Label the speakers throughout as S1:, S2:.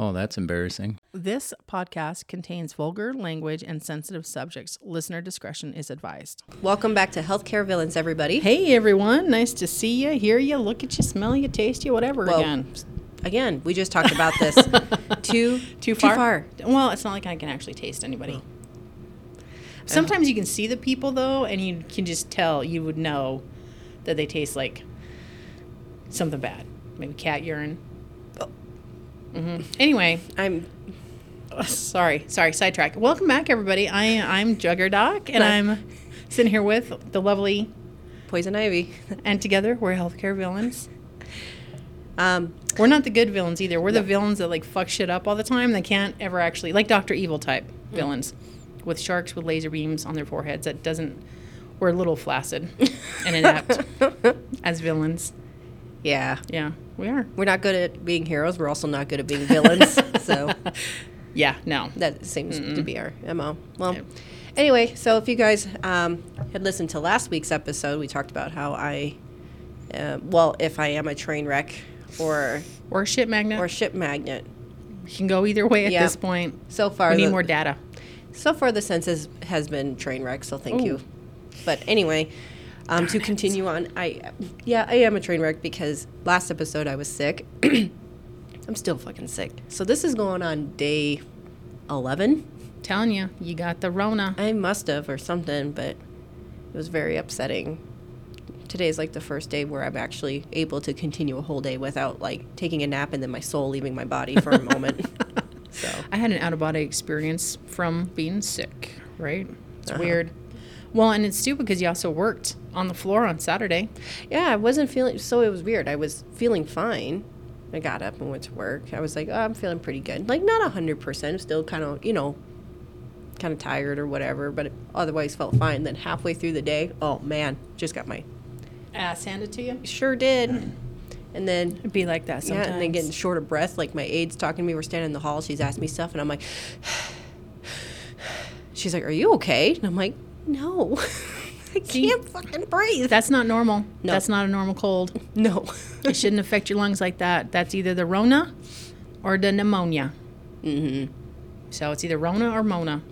S1: Oh, that's embarrassing.
S2: This podcast contains vulgar language and sensitive subjects. Listener discretion is advised.
S3: Welcome back to Healthcare Villains, everybody.
S2: Hey everyone, nice to see you, hear you, look at you, smell you, taste you, whatever
S3: Well,
S2: again.
S3: Again, we just talked about this. too
S2: Too far? Well, it's not like I can actually taste anybody. Oh. Sometimes you can see the people though, and you can just tell you would know that they taste like something bad, maybe cat urine. Oh. hmm Anyway,
S3: I'm
S2: Uh, sorry, sorry, sidetrack. Welcome back, everybody. I I'm Jugger Doc, and I'm sitting here with the lovely,
S3: poison ivy.
S2: and together we're healthcare villains.
S3: Um,
S2: We're not the good villains either. We're the villains that like fuck shit up all the time. They can't ever actually like Doctor Evil type
S3: Mm.
S2: villains with sharks with laser beams on their foreheads. That doesn't. We're a little flaccid and inept as villains.
S3: yeah,
S2: Yeah, we are.
S3: we're not good at being heroes. We're also not good at being villains. so
S2: Yeah, no.
S3: that seems to be our mo. Well, anyway, so if you guys um, had listened to last week's episode, we talked about how I, uh, well, if I am a train wreck or
S2: Or a shit magnet.
S3: or ship magnet.
S2: you can go either way at
S3: Yeah.
S2: this point.
S3: So far,
S2: We need
S3: the-
S2: more data.
S3: So far, the census has been train wreck. So thank you. But anyway, um, to continue on, I yeah, I am a train wreck because last episode I was sick. I'm still fucking sick. So this is going on day eleven.
S2: Telling you, you got the Rona.
S3: I must have or something, but it was very upsetting. Today's like the first day where I'm actually able to continue a whole day without like taking a nap and then my soul leaving my body for a moment. so
S2: I had an out of body experience from being sick, right? It's
S3: Uh-huh.
S2: weird. Well, and it's stupid because you also worked on the floor on Saturday.
S3: Yeah, I wasn't feeling so it was weird. I was feeling fine. I got up and went to work. I was like, oh, I'm feeling pretty good. Like not 100%, I'm still kind of, you know, kind of tired or whatever, but otherwise felt fine. Then halfway through the day, oh man, just got my
S2: Ass handed to you.
S3: sure did. And then
S2: It'd be like that sometimes.
S3: yeah, and then getting short of breath, like my aide's talking to me, we're standing in the hall, she's asking me stuff and I'm like She's like, "Are you okay?" And I'm like, "No." I
S2: See?
S3: can't fucking breathe.
S2: That's not normal.
S3: No.
S2: That's not a normal cold.
S3: No.
S2: it shouldn't affect your lungs like that. That's either the Rona or the pneumonia. Mm-hmm. So it's either Rona or Mona.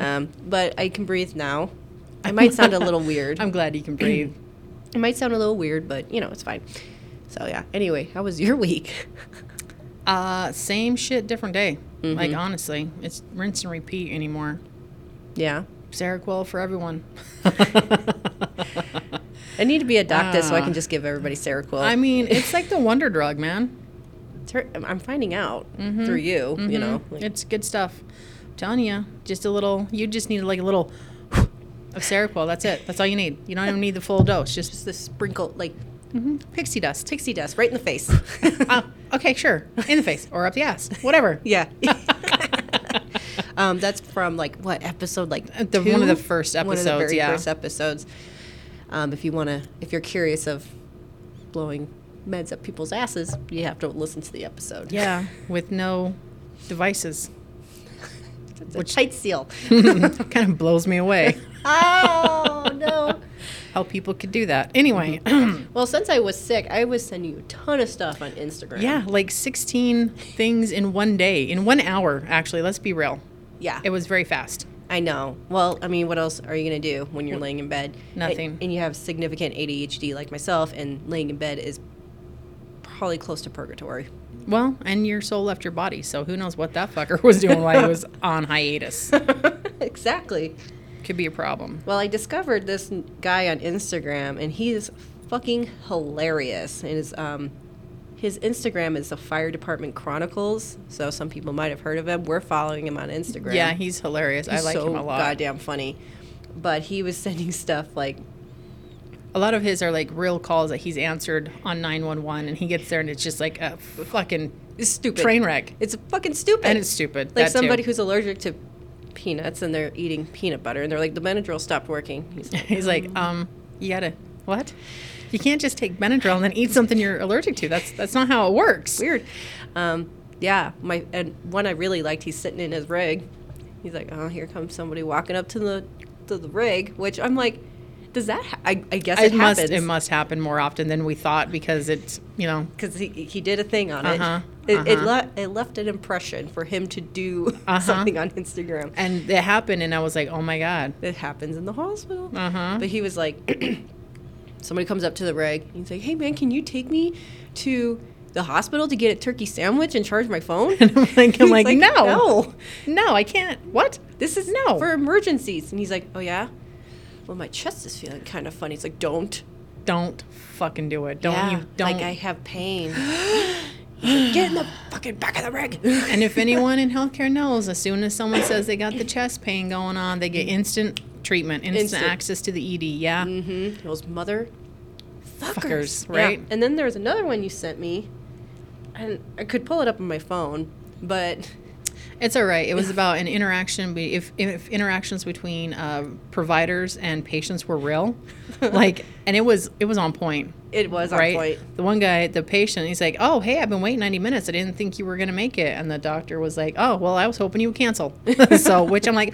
S3: Um, but I can breathe now. I might sound a little weird.
S2: I'm glad you can breathe.
S3: It might sound a little weird, but you know, it's fine. So, yeah. Anyway, how was your week?
S2: uh, same shit, different day. Like
S3: Mm-hmm.
S2: honestly, it's rinse and repeat anymore.
S3: yeah.
S2: Sarah Quill for everyone.
S3: I need to be a doctor so I can just give everybody Seroquel.
S2: Ah. I mean, it's like the wonder drug, man.
S3: Tur- I'm finding out through you, you know. Like,
S2: Mm-hmm. It's good stuff. I'm telling you, just a little. You just need like a little of Seroquel. That's it. That's all you need. You don't even need the full dose. Just
S3: just the sprinkle, like Mm-hmm.
S2: pixie dust.
S3: pixie dust right in the face.
S2: Uh, okay, sure. In the face or up the ass. Whatever.
S3: yeah. um, that's from like what episode? Like
S2: Uh, The- one of the
S3: two?
S2: first
S3: One of the
S2: episodes,
S3: very
S2: yeah.
S3: first episodes. Um, if you want to, if you're curious of blowing meds up people's asses, you have to listen to the episode.
S2: Yeah. With no devices.
S3: It's a tight seal.
S2: kind of blows me away
S3: oh no.
S2: how people could do that. Anyway,
S3: Well, since I was sick, I was sending you a ton of stuff on Instagram.
S2: yeah, like 16 things in one day, in one hour, actually. Let's be real.
S3: yeah.
S2: It was very fast.
S3: I know. Well, I mean, what else are you gonna do when you're laying in bed? And-
S2: Nothing.
S3: And, you have significant ADHD like myself, and laying in bed is probably close to purgatory.
S2: Well, and your soul left your body, so who knows what that fucker was doing while he was on hiatus.
S3: exactly.
S2: Could be a problem.
S3: Well, I discovered this n- guy on Instagram, and he's fucking hilarious. And his um, his Instagram is the Fire Department Chronicles. So some people might have heard of him. We're following him on Instagram.
S2: Yeah, he's hilarious. I
S3: He's
S2: like
S3: so
S2: him a lot.
S3: Goddamn funny. But he was sending stuff like
S2: A lot of his are like real calls that he's answered on 911, and he gets there and it's just like a fucking
S3: stupid
S2: train wreck.
S3: It's fucking stupid.
S2: And it's stupid.
S3: Like
S2: that too.
S3: somebody who's allergic to peanuts and they're eating peanut butter and they're like the Benadryl stopped working. He's like,
S2: He's like, um, you gotta what? You can't just take Benadryl and then eat something you're allergic to. That's that's not how it works.
S3: Weird. Um, yeah, my and one I really liked. He's sitting in his rig. He's like, oh, here comes somebody walking up to the to the rig, which I'm like, Does that? Ha- I, I guess
S2: It,
S3: it,
S2: must
S3: happens.
S2: it must happen more often than we thought because it's you know
S3: because he, he did a thing on
S2: Uh-huh,
S3: it. It, it,
S2: uh-huh.
S3: le- it left an impression for him to do
S2: Uh-huh.
S3: something on Instagram.
S2: and it happened and I was like oh my god
S3: It happens in the hospital.
S2: uh huh
S3: But he was like, somebody comes up to the reg. He's like, hey man, can you take me to the hospital to get a turkey sandwich and charge my phone?
S2: and I'm like I'm
S3: He's
S2: like, no
S3: no,
S2: no I can't what
S3: this is
S2: No.
S3: for emergencies. And he's like, oh yeah. Well, my chest is feeling kind of funny. He's like, don't.
S2: don't fucking do it don't
S3: Yeah,
S2: you don't
S3: Like I have pain. He's like, Get in the fucking back of the rig.
S2: and if anyone in healthcare knows as soon as someone says they got the chest pain going on they get instant treatment instant,
S3: Instant.
S2: access to the ED yeah
S3: Mm-hmm. Those mother fuckers,
S2: Fuckers, right?
S3: Yeah. And then there was another one you sent me, and I could pull it up on my phone, but
S2: It's all right. It was about an interaction. be- If, if interactions between uh, providers and patients were real, like, and it was it was on point,
S3: it was
S2: right?
S3: on point.
S2: The one guy, the patient, he's like, "Oh, hey, I've been waiting 90 minutes. I didn't think you were gonna make it." And the doctor was like, "Oh, well, I was hoping you would cancel." so, which I'm like,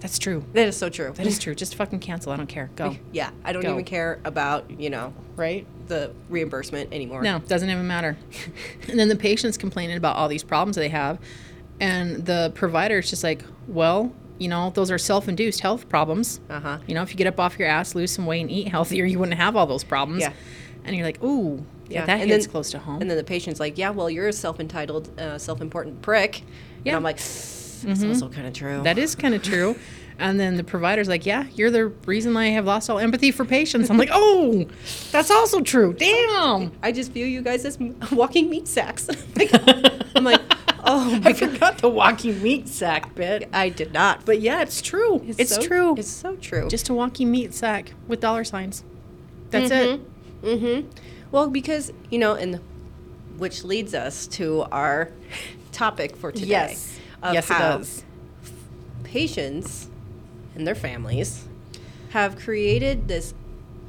S2: "That's true.
S3: That is so true.
S2: That is true. Just fucking cancel. I don't care. Go.
S3: Yeah, I don't
S2: Go.
S3: even care about you know
S2: Right?
S3: the reimbursement anymore.
S2: No, doesn't even matter." and then the patient's complaining about all these problems they have, and the provider's just like, "Well." You know, those are self induced health problems.
S3: Uh huh.
S2: You know, if you get up off your ass, lose some weight, and eat healthier, you wouldn't have all those problems.
S3: Yeah.
S2: And you're like, ooh, yeah,
S3: Yeah,
S2: that
S3: and
S2: hits
S3: then-
S2: close to home.
S3: And then the patient's like, "Yeah, well, you're a self-entitled, uh, self-important prick." And
S2: Yeah. Mm-hmm.
S3: I'm like, "That's also kind of true."
S2: that is kind of true. And then the provider's like, yeah, you're the reason I have lost all empathy for patients. I'm like, oh, that's also true. Damn.
S3: I just view you guys as m- walking meat sacks. Like, I'm like, oh my
S2: I
S3: god,
S2: forgot the walking meat sack bit.
S3: I did not.
S2: But yeah, it's true. It's,
S3: so-
S2: true.
S3: It's so true.
S2: just a walking meat sack with dollar signs. That's it.
S3: Mm-hmm. Well, because you know, and which leads us to our topic for today. of
S2: yes, it
S3: how
S2: does.
S3: Patients and their families have created this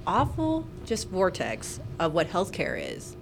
S3: awful just vortex of what healthcare is.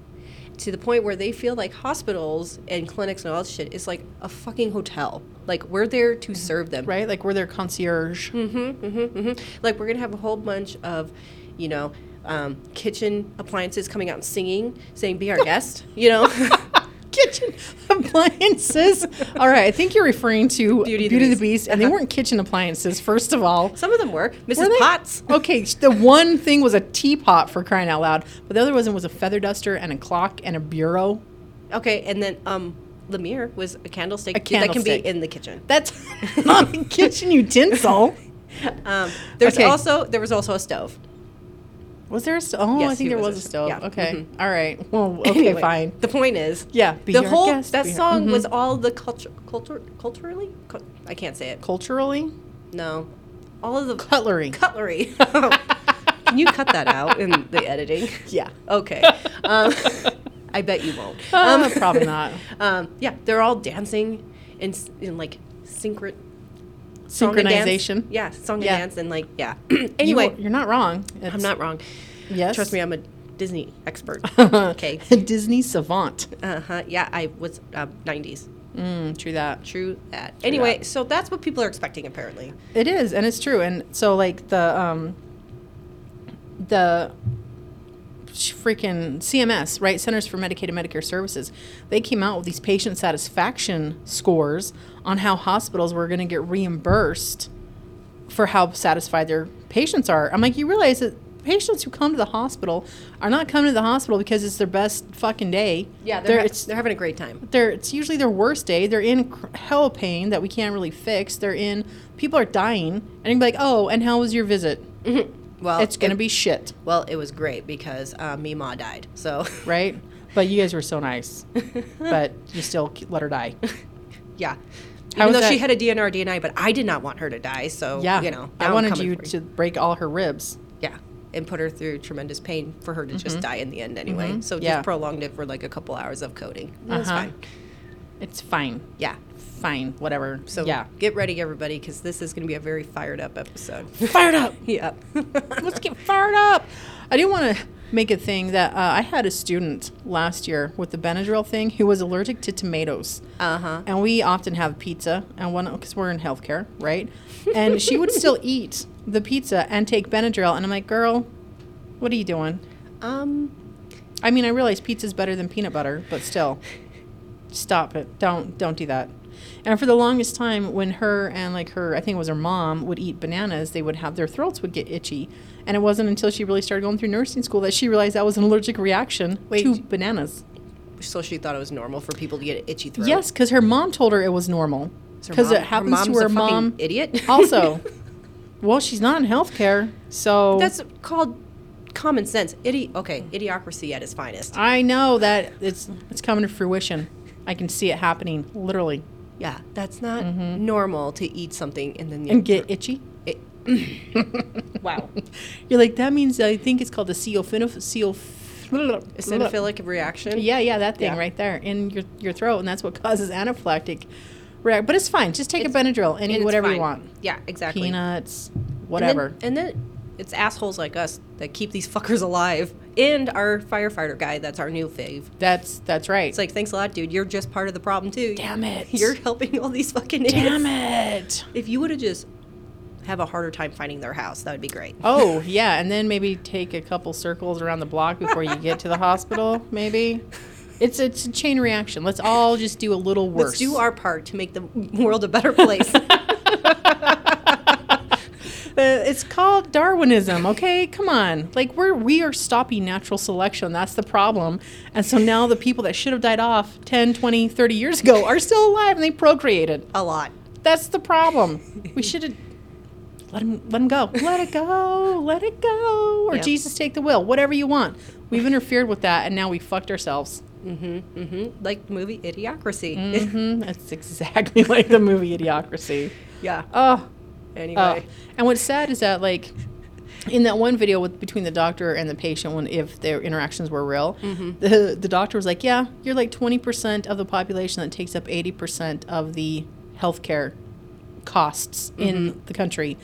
S3: To the point where they feel like hospitals and clinics and all that shit is like a fucking hotel. Like we're there
S2: Mm-hmm.
S3: to serve them.
S2: Right? Like we're their concierge.
S3: Mm-hmm, mm-hmm, mm-hmm. Like we're gonna have a whole bunch of, you know, um, kitchen appliances coming out and singing, saying "Be our guest," you know.
S2: kitchen appliances. All right, I think you're referring to
S3: Beauty
S2: Beauty,
S3: and the
S2: the, Beast. Uh-huh.
S3: Beast.
S2: and they weren't kitchen appliances. First of all,
S3: Some of them were Mrs.
S2: Were they?
S3: Potts.
S2: Okay, sh- the one thing was a teapot for crying out loud, but the other one was a feather duster and a clock and a bureau.
S3: Okay, and then um, Lemire was a candlestick
S2: A
S3: that can
S2: candlestick.
S3: be in the kitchen.
S2: That's not a kitchen utensil.
S3: Um, there's
S2: Okay.
S3: also there was also a stove.
S2: Was there a stove? Oh,
S3: Yes,
S2: I think
S3: he
S2: there
S3: was
S2: was,
S3: a
S2: a
S3: st-
S2: stove.
S3: yeah,
S2: Okay,
S3: mhm.
S2: all right. Well, okay,
S3: Anyway,
S2: fine.
S3: The point is,
S2: Yeah, be
S3: the
S2: our
S3: whole
S2: guest,
S3: that
S2: be our-
S3: song
S2: mhm.
S3: was all the culture, culture, culturally. Cul- I can't say it.
S2: Culturally,
S3: No, all of the
S2: cutlery.
S3: cutlery. Can you cut that out in the editing?
S2: yeah.
S3: Okay. Um, I bet you won't.
S2: Um, probably not.
S3: Um, yeah, they're all dancing and s- in like synchro- song and dance.
S2: Synchronization.
S3: Yeah, song
S2: Yeah.
S3: and dance and like yeah.
S2: You-
S3: anyway,
S2: you're not wrong.
S3: I'm
S2: It's-
S3: not wrong.
S2: Yes.
S3: Trust me, I'm a Disney expert. okay.
S2: Disney savant.
S3: Uh huh. Yeah, I was uh, 90s.
S2: Mm, true that.
S3: True that. Anyway, so that's what people are expecting apparently.
S2: It is, and it's true. And so, like the um, the sh- freaking CMS, right? Centers for Medicaid and Medicare Services. They came out with these patient satisfaction scores on how hospitals were going to get reimbursed for how satisfied their patients are. I'm like, you realize that patients who come to the hospital are not coming to the hospital because it's their best fucking day.
S3: Yeah,
S2: they're,
S3: they're ha-
S2: it's
S3: they're having a great time.
S2: they're it's usually their worst day. They're in cr- hell pain that we can't really fix. They're in people are dying, and you're like, oh, and how was your visit?
S3: Well,
S2: It's gonna
S3: it-
S2: be shit,
S3: Well, it was great because uh, me ma died. So
S2: right? But you guys were so nice, but you still k- let her die.
S3: Yeah.
S2: How
S3: Even though
S2: is
S3: she
S2: that-
S3: had a DNR DNA, but I did not want her to die. So,
S2: Yeah,
S3: you know, now
S2: I
S3: I'm
S2: wanted
S3: coming
S2: you
S3: for
S2: to break all her ribs.
S3: Yeah. And put her through tremendous pain for her to just die in the end anyway. So, just
S2: Mm-hmm. Yeah.
S3: prolonged it for like a couple hours of coding. It was
S2: Uh-huh.
S3: fine.
S2: It's fine,
S3: Yeah.
S2: fine, whatever.
S3: So,
S2: So yeah,
S3: get ready, everybody, because this is going to be a very fired up episode.
S2: fired up.
S3: yeah.
S2: Let's get fired up. I do want to make a thing that uh, I had a student last year with the Benadryl thing who was allergic to tomatoes.
S3: uh huh.
S2: and we often have pizza and one because we're in healthcare right and she would still eat the pizza and take Benadryl. And I'm like, girl, what are you doing?
S3: Um,
S2: I mean, I realize pizza's better than peanut butter, but still, stop it. Don't don't do that. And for the longest time, when her and like her, I think it was her mom, would eat bananas, they would have their throats would get itchy. And it wasn't until she really started going through nursing school that she realized that was an allergic reaction
S3: Wait,
S2: to
S3: d-
S2: bananas.
S3: so she thought it was normal for people to get an itchy throat.
S2: Yes, because her mom told her it was normal.
S3: Is her
S2: Because
S3: mom-
S2: it happens
S3: her mom's
S2: to her
S3: a fucking
S2: mom.
S3: Idiot.
S2: Also, well, she's not in healthcare, so
S3: that's called common sense. Idi- okay,
S2: Mm.
S3: idiocracy at its finest.
S2: I know that it's it's coming to fruition. I can see it happening, literally,
S3: Yeah, that's not normal to eat something and then you
S2: Mm-hmm. and get itchy.
S3: it, wow.
S2: You're like, that means I think it's called a ceophenoph- ceoph-
S3: Eosinophilic reaction.
S2: Yeah, yeah, that thing
S3: Yeah.
S2: right there in your your throat, and that's what causes anaphylactic reaction. But it's fine. Just take a Benadryl,
S3: and
S2: any
S3: it's
S2: whatever you
S3: fine.
S2: want,
S3: Yeah, exactly.
S2: peanuts,
S3: And then-
S2: whatever.
S3: And then, it's assholes like us that keep these fuckers alive. And our firefighter guy, that's our new fave.
S2: that's that's right.
S3: It's like, thanks a lot, dude. You're just part of the problem, too.
S2: damn it,
S3: You're helping all these fucking idiots.
S2: damn it.
S3: If you would have just have a harder time finding their house, that would be great.
S2: Oh, yeah. And then maybe take a couple circles around the block before you get to the hospital, maybe. It's, it's a chain reaction. Let's all just do a little worse.
S3: Let's do our part to make the world a better place.
S2: Uh, it's called Darwinism, okay? Come on. Like we're we are stopping natural selection. That's the problem. And so now the people that should have died off 10, 20, 30 years ago are still alive and they procreated.
S3: a lot.
S2: That's the problem. We should have let him let him go. Let it go. Let it go. Or
S3: Yeah.
S2: Jesus take the will. Whatever you want. We've interfered with that, and now we fucked ourselves.
S3: Mm-hmm. Like the movie Idiocracy.
S2: hmm That's exactly like the movie Idiocracy.
S3: yeah.
S2: Oh, oh.
S3: Anyway.
S2: and what's sad is that like. In that one video with between the doctor and the patient, when if their interactions were real, the the doctor was like, "Yeah, you're like twenty percent of the population that takes up eighty percent of the healthcare costs in the country.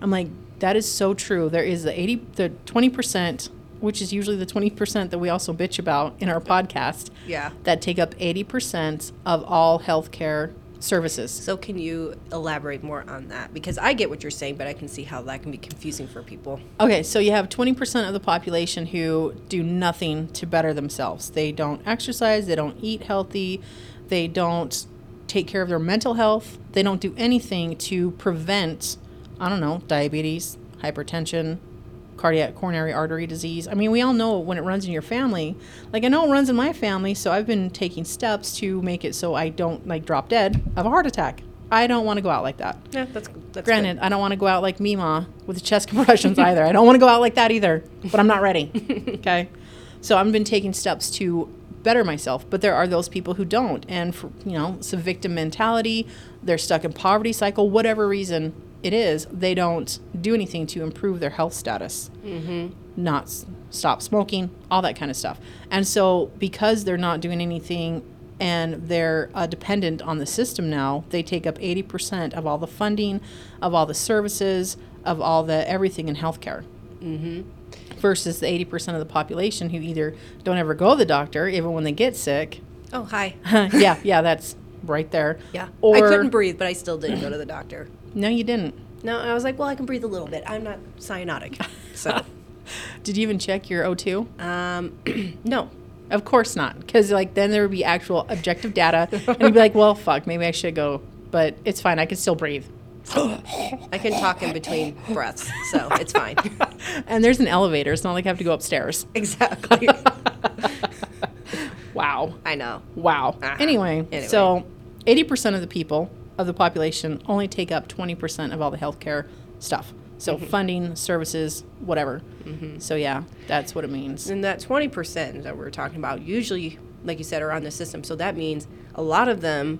S2: I'm like, that is so true. There is the 80, the 20%, which is usually the 20% that we also bitch about in our podcast,
S3: Yeah.
S2: that take up 80% of all healthcare services.
S3: So can you elaborate more on that? Because I get what you're saying, but I can see how that can be confusing for people.
S2: Okay, so you have 20% of the population who do nothing to better themselves. They don't exercise, they don't eat healthy, they don't take care of their mental health, they don't do anything to prevent, I don't know, diabetes, hypertension, cardiac coronary artery disease. I mean, we all know when it runs in your family. Like I know it runs in my family, so I've been taking steps to make it so I don't like drop dead of a heart attack. I don't want to go out like that.
S3: Yeah, that's that's
S2: Granted, I don't want to go out like Mima with the chest compressions either. I don't want to go out like that either, but I'm not ready. okay. So I've been taking steps to better myself, but there are those people who don't. And, for, you know, it's a victim mentality. They're stuck in poverty cycle, whatever reason it is, they don't do anything to improve their health status not s- stop smoking, all that kind of stuff. And so, because they're not doing anything and they're uh, dependent on the system now, they take up 80% of all the funding, of all the services, of all the everything in healthcare.
S3: Mm-hmm.
S2: Versus the 80% of the population who either don't ever go to the doctor, even when they get sick.
S3: good. Oh hi.
S2: yeah, yeah, that's right there.
S3: Yeah.
S2: Or,
S3: I couldn't breathe, but I still didn't go to the doctor.
S2: No, you didn't.
S3: No, I was like, well, I can breathe a little bit. I'm not cyanotic. So,
S2: Did you even check your O2?
S3: um, no.
S2: Of course not, because like then there would be actual objective data, and you'd be like, "Well, fuck, maybe I should go," but it's fine. I can still breathe.
S3: I can talk in between breaths, so it's fine.
S2: And there's an elevator. It's not like I have to go upstairs.
S3: exactly.
S2: Wow,
S3: I know.
S2: wow.
S3: Uh-huh.
S2: Anyway,
S3: Anyway.
S2: so 80% of the people of the population only take up 20% of all the healthcare stuff. So
S3: Mm-hmm.
S2: funding, services, whatever. So yeah, that's what it means.
S3: And that 20% that we're talking about, usually, like you said, are on the system. So that means a lot of them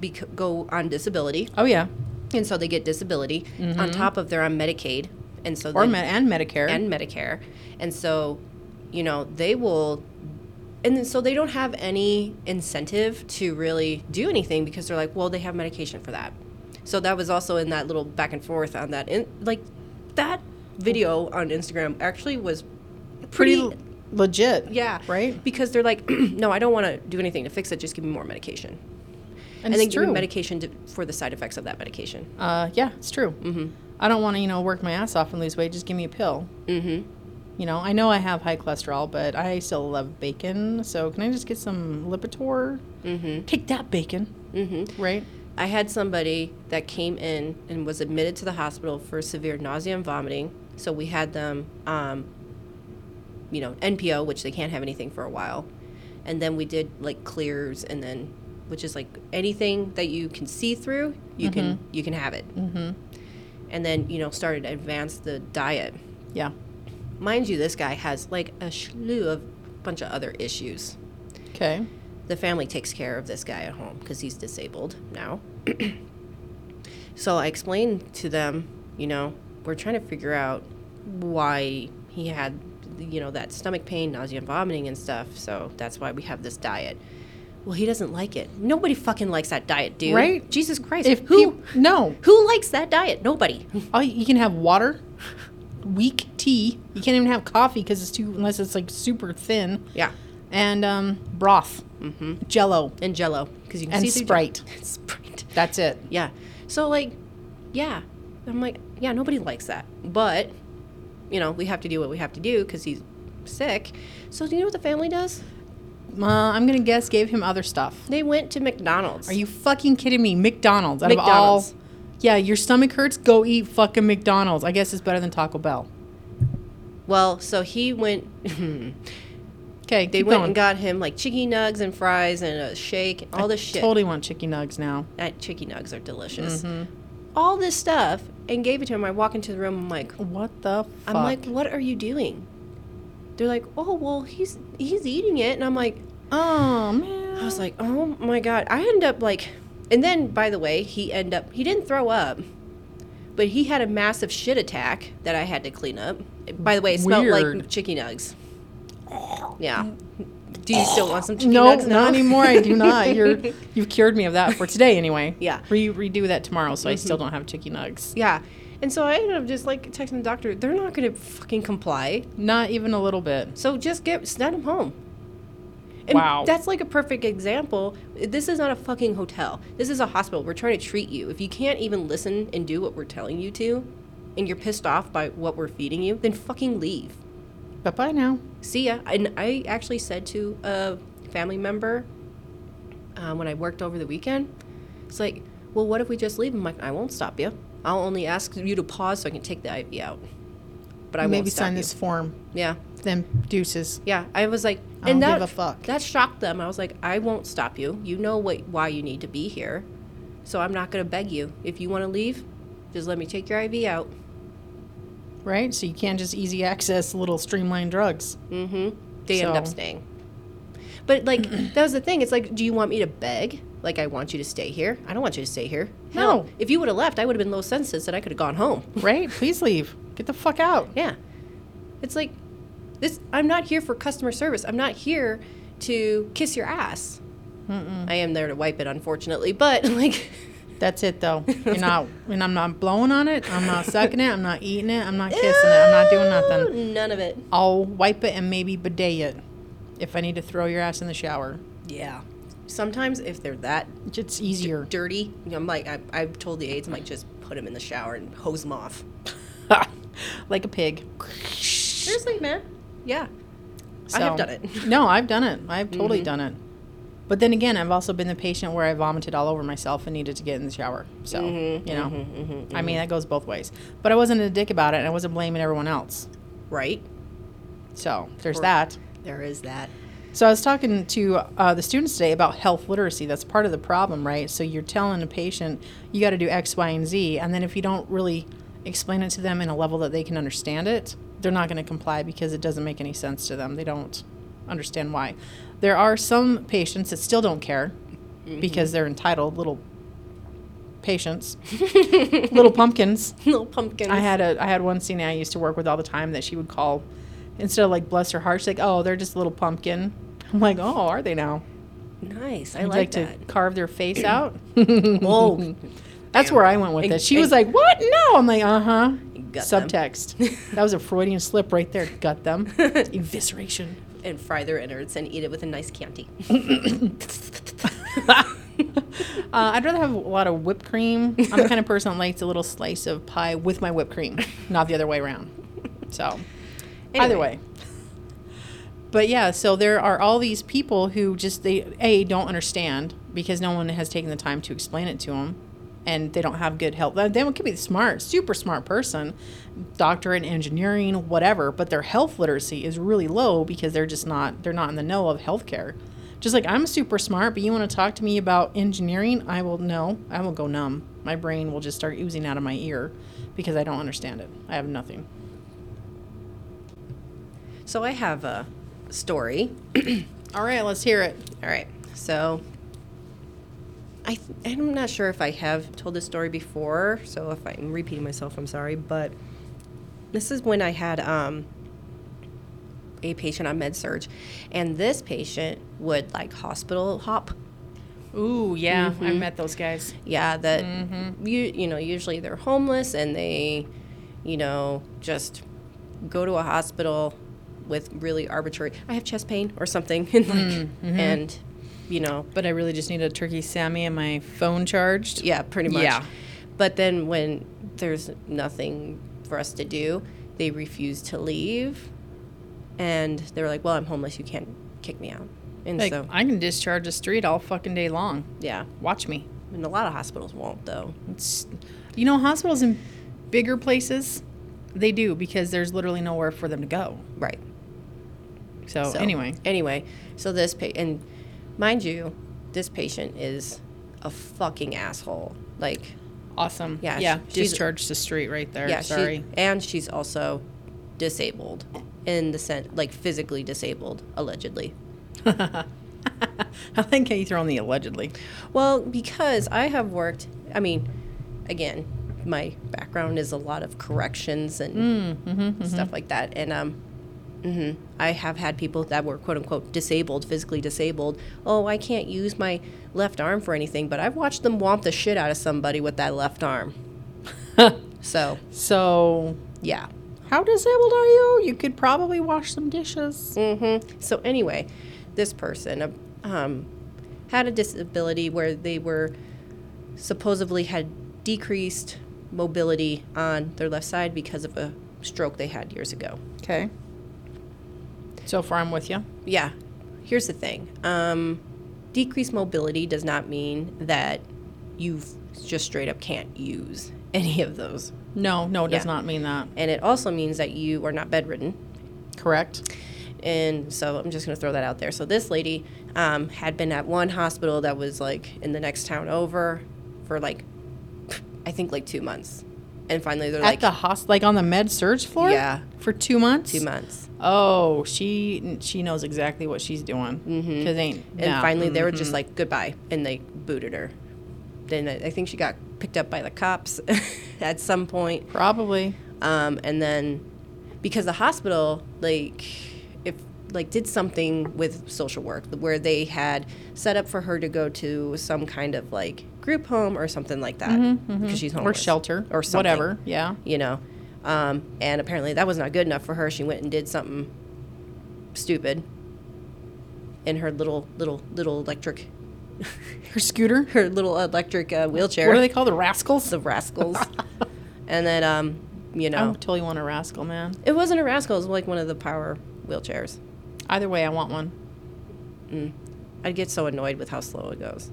S3: bec- go on disability.
S2: Oh yeah,
S3: And so they get disability. On top of they're on Medicaid. And so
S2: Mm-hmm. or
S3: they-
S2: me- and Medicare.
S3: and Medicare. And so, you know, they will and then, so they don't have any incentive to really do anything because they're like, well, they have medication for that. So that was also in that little back and forth on that in, like that video on Instagram actually was
S2: pretty,
S3: pretty,
S2: l- legit.
S3: yeah,
S2: right.
S3: Because they're like, no, I don't want to do anything to fix it, just give me more medication.
S2: And,
S3: and then
S2: it's
S3: give me
S2: true.
S3: medication to, for the side effects of that medication.
S2: Uh, yeah, it's true. I don't want to, you know, work my ass off and lose weight. Just give me a pill.
S3: Mm-hmm.
S2: You know, I know I have high cholesterol, but I still love bacon. So can I just get some Lipitor?
S3: Mm-hmm.
S2: Take that bacon,
S3: Mm-hmm.
S2: right?
S3: I had somebody that came in and was admitted to the hospital for severe nausea and vomiting. So we had them, um, you know, NPO, which they can't have anything for a while. And then we did like clears and then, which is like anything that you can see through, you can you can have it.
S2: Mm-hmm.
S3: And then you know started to advance the diet.
S2: Yeah.
S3: Mind you, this guy has like a slew of bunch of other issues.
S2: Okay.
S3: the family takes care of this guy at home because he's disabled now. so I explained to them, you know, we're trying to figure out why he had, you know, that stomach pain, nausea, and vomiting and stuff. So that's why we have this diet. Well, he doesn't like it. Nobody fucking likes that diet, dude.
S2: Right?
S3: Jesus Christ.
S2: If
S3: who
S2: peop- no,
S3: who likes that diet? Nobody.
S2: All you, you can have water, weak tea. You can't even have coffee because it's too unless it's like super thin.
S3: yeah.
S2: And um, broth,
S3: Mm-hmm.
S2: Jello,
S3: And Jello, because you can
S2: and
S3: see through
S2: Sprite.
S3: Jell- Sprite.
S2: That's it.
S3: Yeah. So like, yeah. I'm like, yeah, nobody likes that. But, you know, we have to do what we have to do because he's sick. So do you know what the family does?
S2: Uh, I'm gonna guess gave him other stuff.
S3: They went to McDonald's.
S2: Are you fucking kidding me? McDonald's out
S3: McDonald's.
S2: of all. Yeah, your stomach hurts. Go eat fucking McDonald's. I guess it's better than Taco Bell.
S3: Well, so he went.
S2: Okay,
S3: they went and got him like chicken nugs and fries and a shake and all this shit.
S2: Totally want chicken nugs now.
S3: that chicken nugs are delicious.
S2: Mm-hmm.
S3: All this stuff and gave it to him. I walk into the room. I'm like,
S2: What the? Fuck?
S3: I'm like, what are you doing? They're like, oh well, he's he's eating it, and I'm like,
S2: oh man.
S3: I was like, oh my god. I end up like, and then by the way, he end up he didn't throw up, but he had a massive shit attack that I had to clean up. By the way, it smelled
S2: Weird.
S3: like chicken nugs. Yeah. Do you still want some chicken
S2: no,
S3: nugs?
S2: not anymore. I do not. You're you've cured me of that for today anyway.
S3: Yeah.
S2: Re- redo that tomorrow, so I still don't have chicken nugs.
S3: yeah. And so I ended up just like texting the doctor. They're not gonna fucking comply.
S2: Not even a little bit.
S3: So just get send him home. And
S2: Wow.
S3: That's like a perfect example. This is not a fucking hotel. This is a hospital. We're trying to treat you. If you can't even listen and do what we're telling you to, and you're pissed off by what we're feeding you, then fucking leave.
S2: Bye bye now.
S3: See ya. And I actually said to a family member uh, when I worked over the weekend, it's like, well, what if we just leave? I'm like, I won't stop you. I'll only ask you to pause so I can take the IV out. But I
S2: Maybe
S3: won't stop
S2: sign
S3: you.
S2: this form.
S3: Yeah.
S2: Then deuces.
S3: Yeah, I was like,
S2: I don't
S3: and that
S2: give a fuck.
S3: that shocked them. I was like, I won't stop you. You know what why you need to be here, so I'm not gonna beg you. If you want to leave, just let me take your IV out.
S2: Right? So you can't just easy access little streamlined drugs.
S3: Mm-hmm. They end up
S2: So-
S3: staying. But like that was the thing. It's like, do you want me to beg? Like I want you to stay here. I don't want you to stay here. Hell,
S2: No.
S3: If you would have left, I would have been low census and I could have gone home.
S2: Right? Please leave. Get the fuck out.
S3: Yeah. It's like this I'm not here for customer service. I'm not here to kiss your ass. I am there to wipe it unfortunately, but like
S2: That's it though. You're not and I'm not blowing on it. I'm not sucking it. I'm not eating it. I'm not kissing it. I'm not doing nothing.
S3: Ew, None of it.
S2: I'll wipe it and maybe bidet it if I need to throw your ass in the shower.
S3: Yeah. Sometimes if they're that
S2: It's easier.
S3: dirty, I'm like I I've told the aides I'm like just put them in the shower and hose them off.
S2: like a pig.
S3: Seriously, man. Yeah. I have done it. Mm-hmm.
S2: no, I've done it. I've totally done it. But then again, I've also been the patient where I vomited all over myself and needed to get in the shower. So,
S3: Mm-hmm,
S2: you know, I mean, that goes both ways. But I wasn't a dick about it and I wasn't blaming everyone else.
S3: Right?
S2: So, there's
S3: Or-
S2: that.
S3: There is that.
S2: So I was talking to uh, the students today about health literacy. That's part of the problem, right? So you're telling a patient you got to do X, Y, and Z, and then if you don't really explain it to them in a level that they can understand it, they're not going to comply because it doesn't make any sense to them. They don't understand why. There are some patients that still don't care because they're entitled little patients, little pumpkins.
S3: Little pumpkins.
S2: I had a I had one senior I used to work with all the time that she would call instead of like bless her heart, she's like, Oh, they're just a little pumpkin. I'm like, Oh, are they now?
S3: nice. I
S2: Would
S3: like,
S2: you
S3: that.
S2: to carve their face out.
S3: Whoa.
S2: That's where I went with
S3: And-
S2: it. She
S3: and-
S2: was like, What? No. I'm like, uh huh.
S3: Gut them.
S2: Subtext. that was a Freudian slip right there. Gut them. Evisceration.
S3: and fry their innards and eat it with a nice Chianti.
S2: Uh, I'd rather have a lot of whipped cream. I'm the kind of person that likes a little slice of pie with my whipped cream, not the other way around. So, either
S3: Anyway.
S2: way. But yeah, so there are all these people who just they a don't understand because no one has taken the time to explain it to them, and they don't have good help. They they could be smart, super smart person, doctorate in engineering, whatever, but their health literacy is really low because they're just not they're not in the know of healthcare. Just like I'm super smart, but you want to talk to me about engineering, I will no, I will go numb. My brain will just start oozing out of my ear because I don't understand it. I have nothing.
S3: So I have a story.
S2: All right, let's hear it.
S3: All right. So I th- I'm not sure if I have told this story before, so if I'm repeating myself, I'm sorry, but this is when I had um a patient on med surge and this patient would like hospital hop.
S2: Ooh, yeah, I met those guys.
S3: Yeah, that
S2: Mm-hmm.
S3: you you know, usually they're homeless and they you know, just go to a hospital with really arbitrary I have chest pain or something and like
S2: Mm, mm-hmm.
S3: and you know,
S2: But I really just need a turkey Sammy and my phone charged.
S3: Yeah, pretty much.
S2: Yeah.
S3: But then when there's nothing for us to do, they refuse to leave. And they're like, well, I'm homeless. You can't kick me out. And
S2: Like,
S3: so,
S2: I can discharge a street all fucking day long.
S3: yeah.
S2: Watch me.
S3: And a lot of hospitals won't, though.
S2: It's, you know, hospitals in bigger places, they do because there's literally nowhere for them to go.
S3: Right.
S2: So, Oh, anyway,
S3: Anyway, so this pa- and mind you, this patient is a fucking asshole. Like,
S2: awesome.
S3: Yeah,
S2: yeah.
S3: sh- she's-
S2: Discharged the street right there.
S3: yeah,
S2: Er, Sorry.
S3: She, and she's also disabled in the sense, like, physically disabled, allegedly.
S2: I like how you throw in the allegedly.
S3: Well, because I have worked, I mean, again, my background is a lot of corrections and stuff like that. And um, hmm I have had people that were quote unquote disabled, physically disabled. Oh, I can't use my left arm for anything, but I've watched them womp the shit out of somebody with that left arm. so,
S2: So,
S3: yeah.
S2: how disabled are you? You could probably wash some dishes.
S3: hmm So anyway, this person uh, um, had a disability where they were supposedly had decreased mobility on their left side because of a stroke they had years ago.
S2: Okay. So far, I'm with you.
S3: Yeah, here's the thing. Um, decreased mobility does not mean that you just straight up can't use any of those.
S2: No, no, it does
S3: Yeah.
S2: not mean that.
S3: And it also means that you are not bedridden.
S2: Correct.
S3: And so I'm just going to throw that out there. So this lady um, had been at one hospital that was like in the next town over for like, I think like two months. And finally they're like,
S2: At the hospital, like on the med surge floor.
S3: Yeah.
S2: For two months.
S3: two months.
S2: Oh, she she knows exactly what she's doing. Mm-hmm. Cause ain't
S3: And
S2: no.
S3: finally they were
S2: Mm-hmm.
S3: just like, goodbye. And they booted her. Then I, I think she got picked up by the cops at some point.
S2: probably.
S3: Um, and then because the hospital, like, if like did something with social work where they had set up for her to go to some kind of like group home or something like that because she's
S2: Mm-hmm, Or
S3: homeless
S2: shelter
S3: or something,
S2: whatever. Yeah.
S3: you know. Um, and apparently that was not good enough for her. She went and did something stupid in her little little little electric
S2: Her scooter.
S3: her little electric uh, wheelchair.
S2: What do they call the rascals?
S3: the rascals? and then um, you know
S2: I totally want a rascal, man.
S3: it wasn't a rascal. It was like one of the power wheelchairs.
S2: Either way, I want one.
S3: I'd get so annoyed with how slow it goes.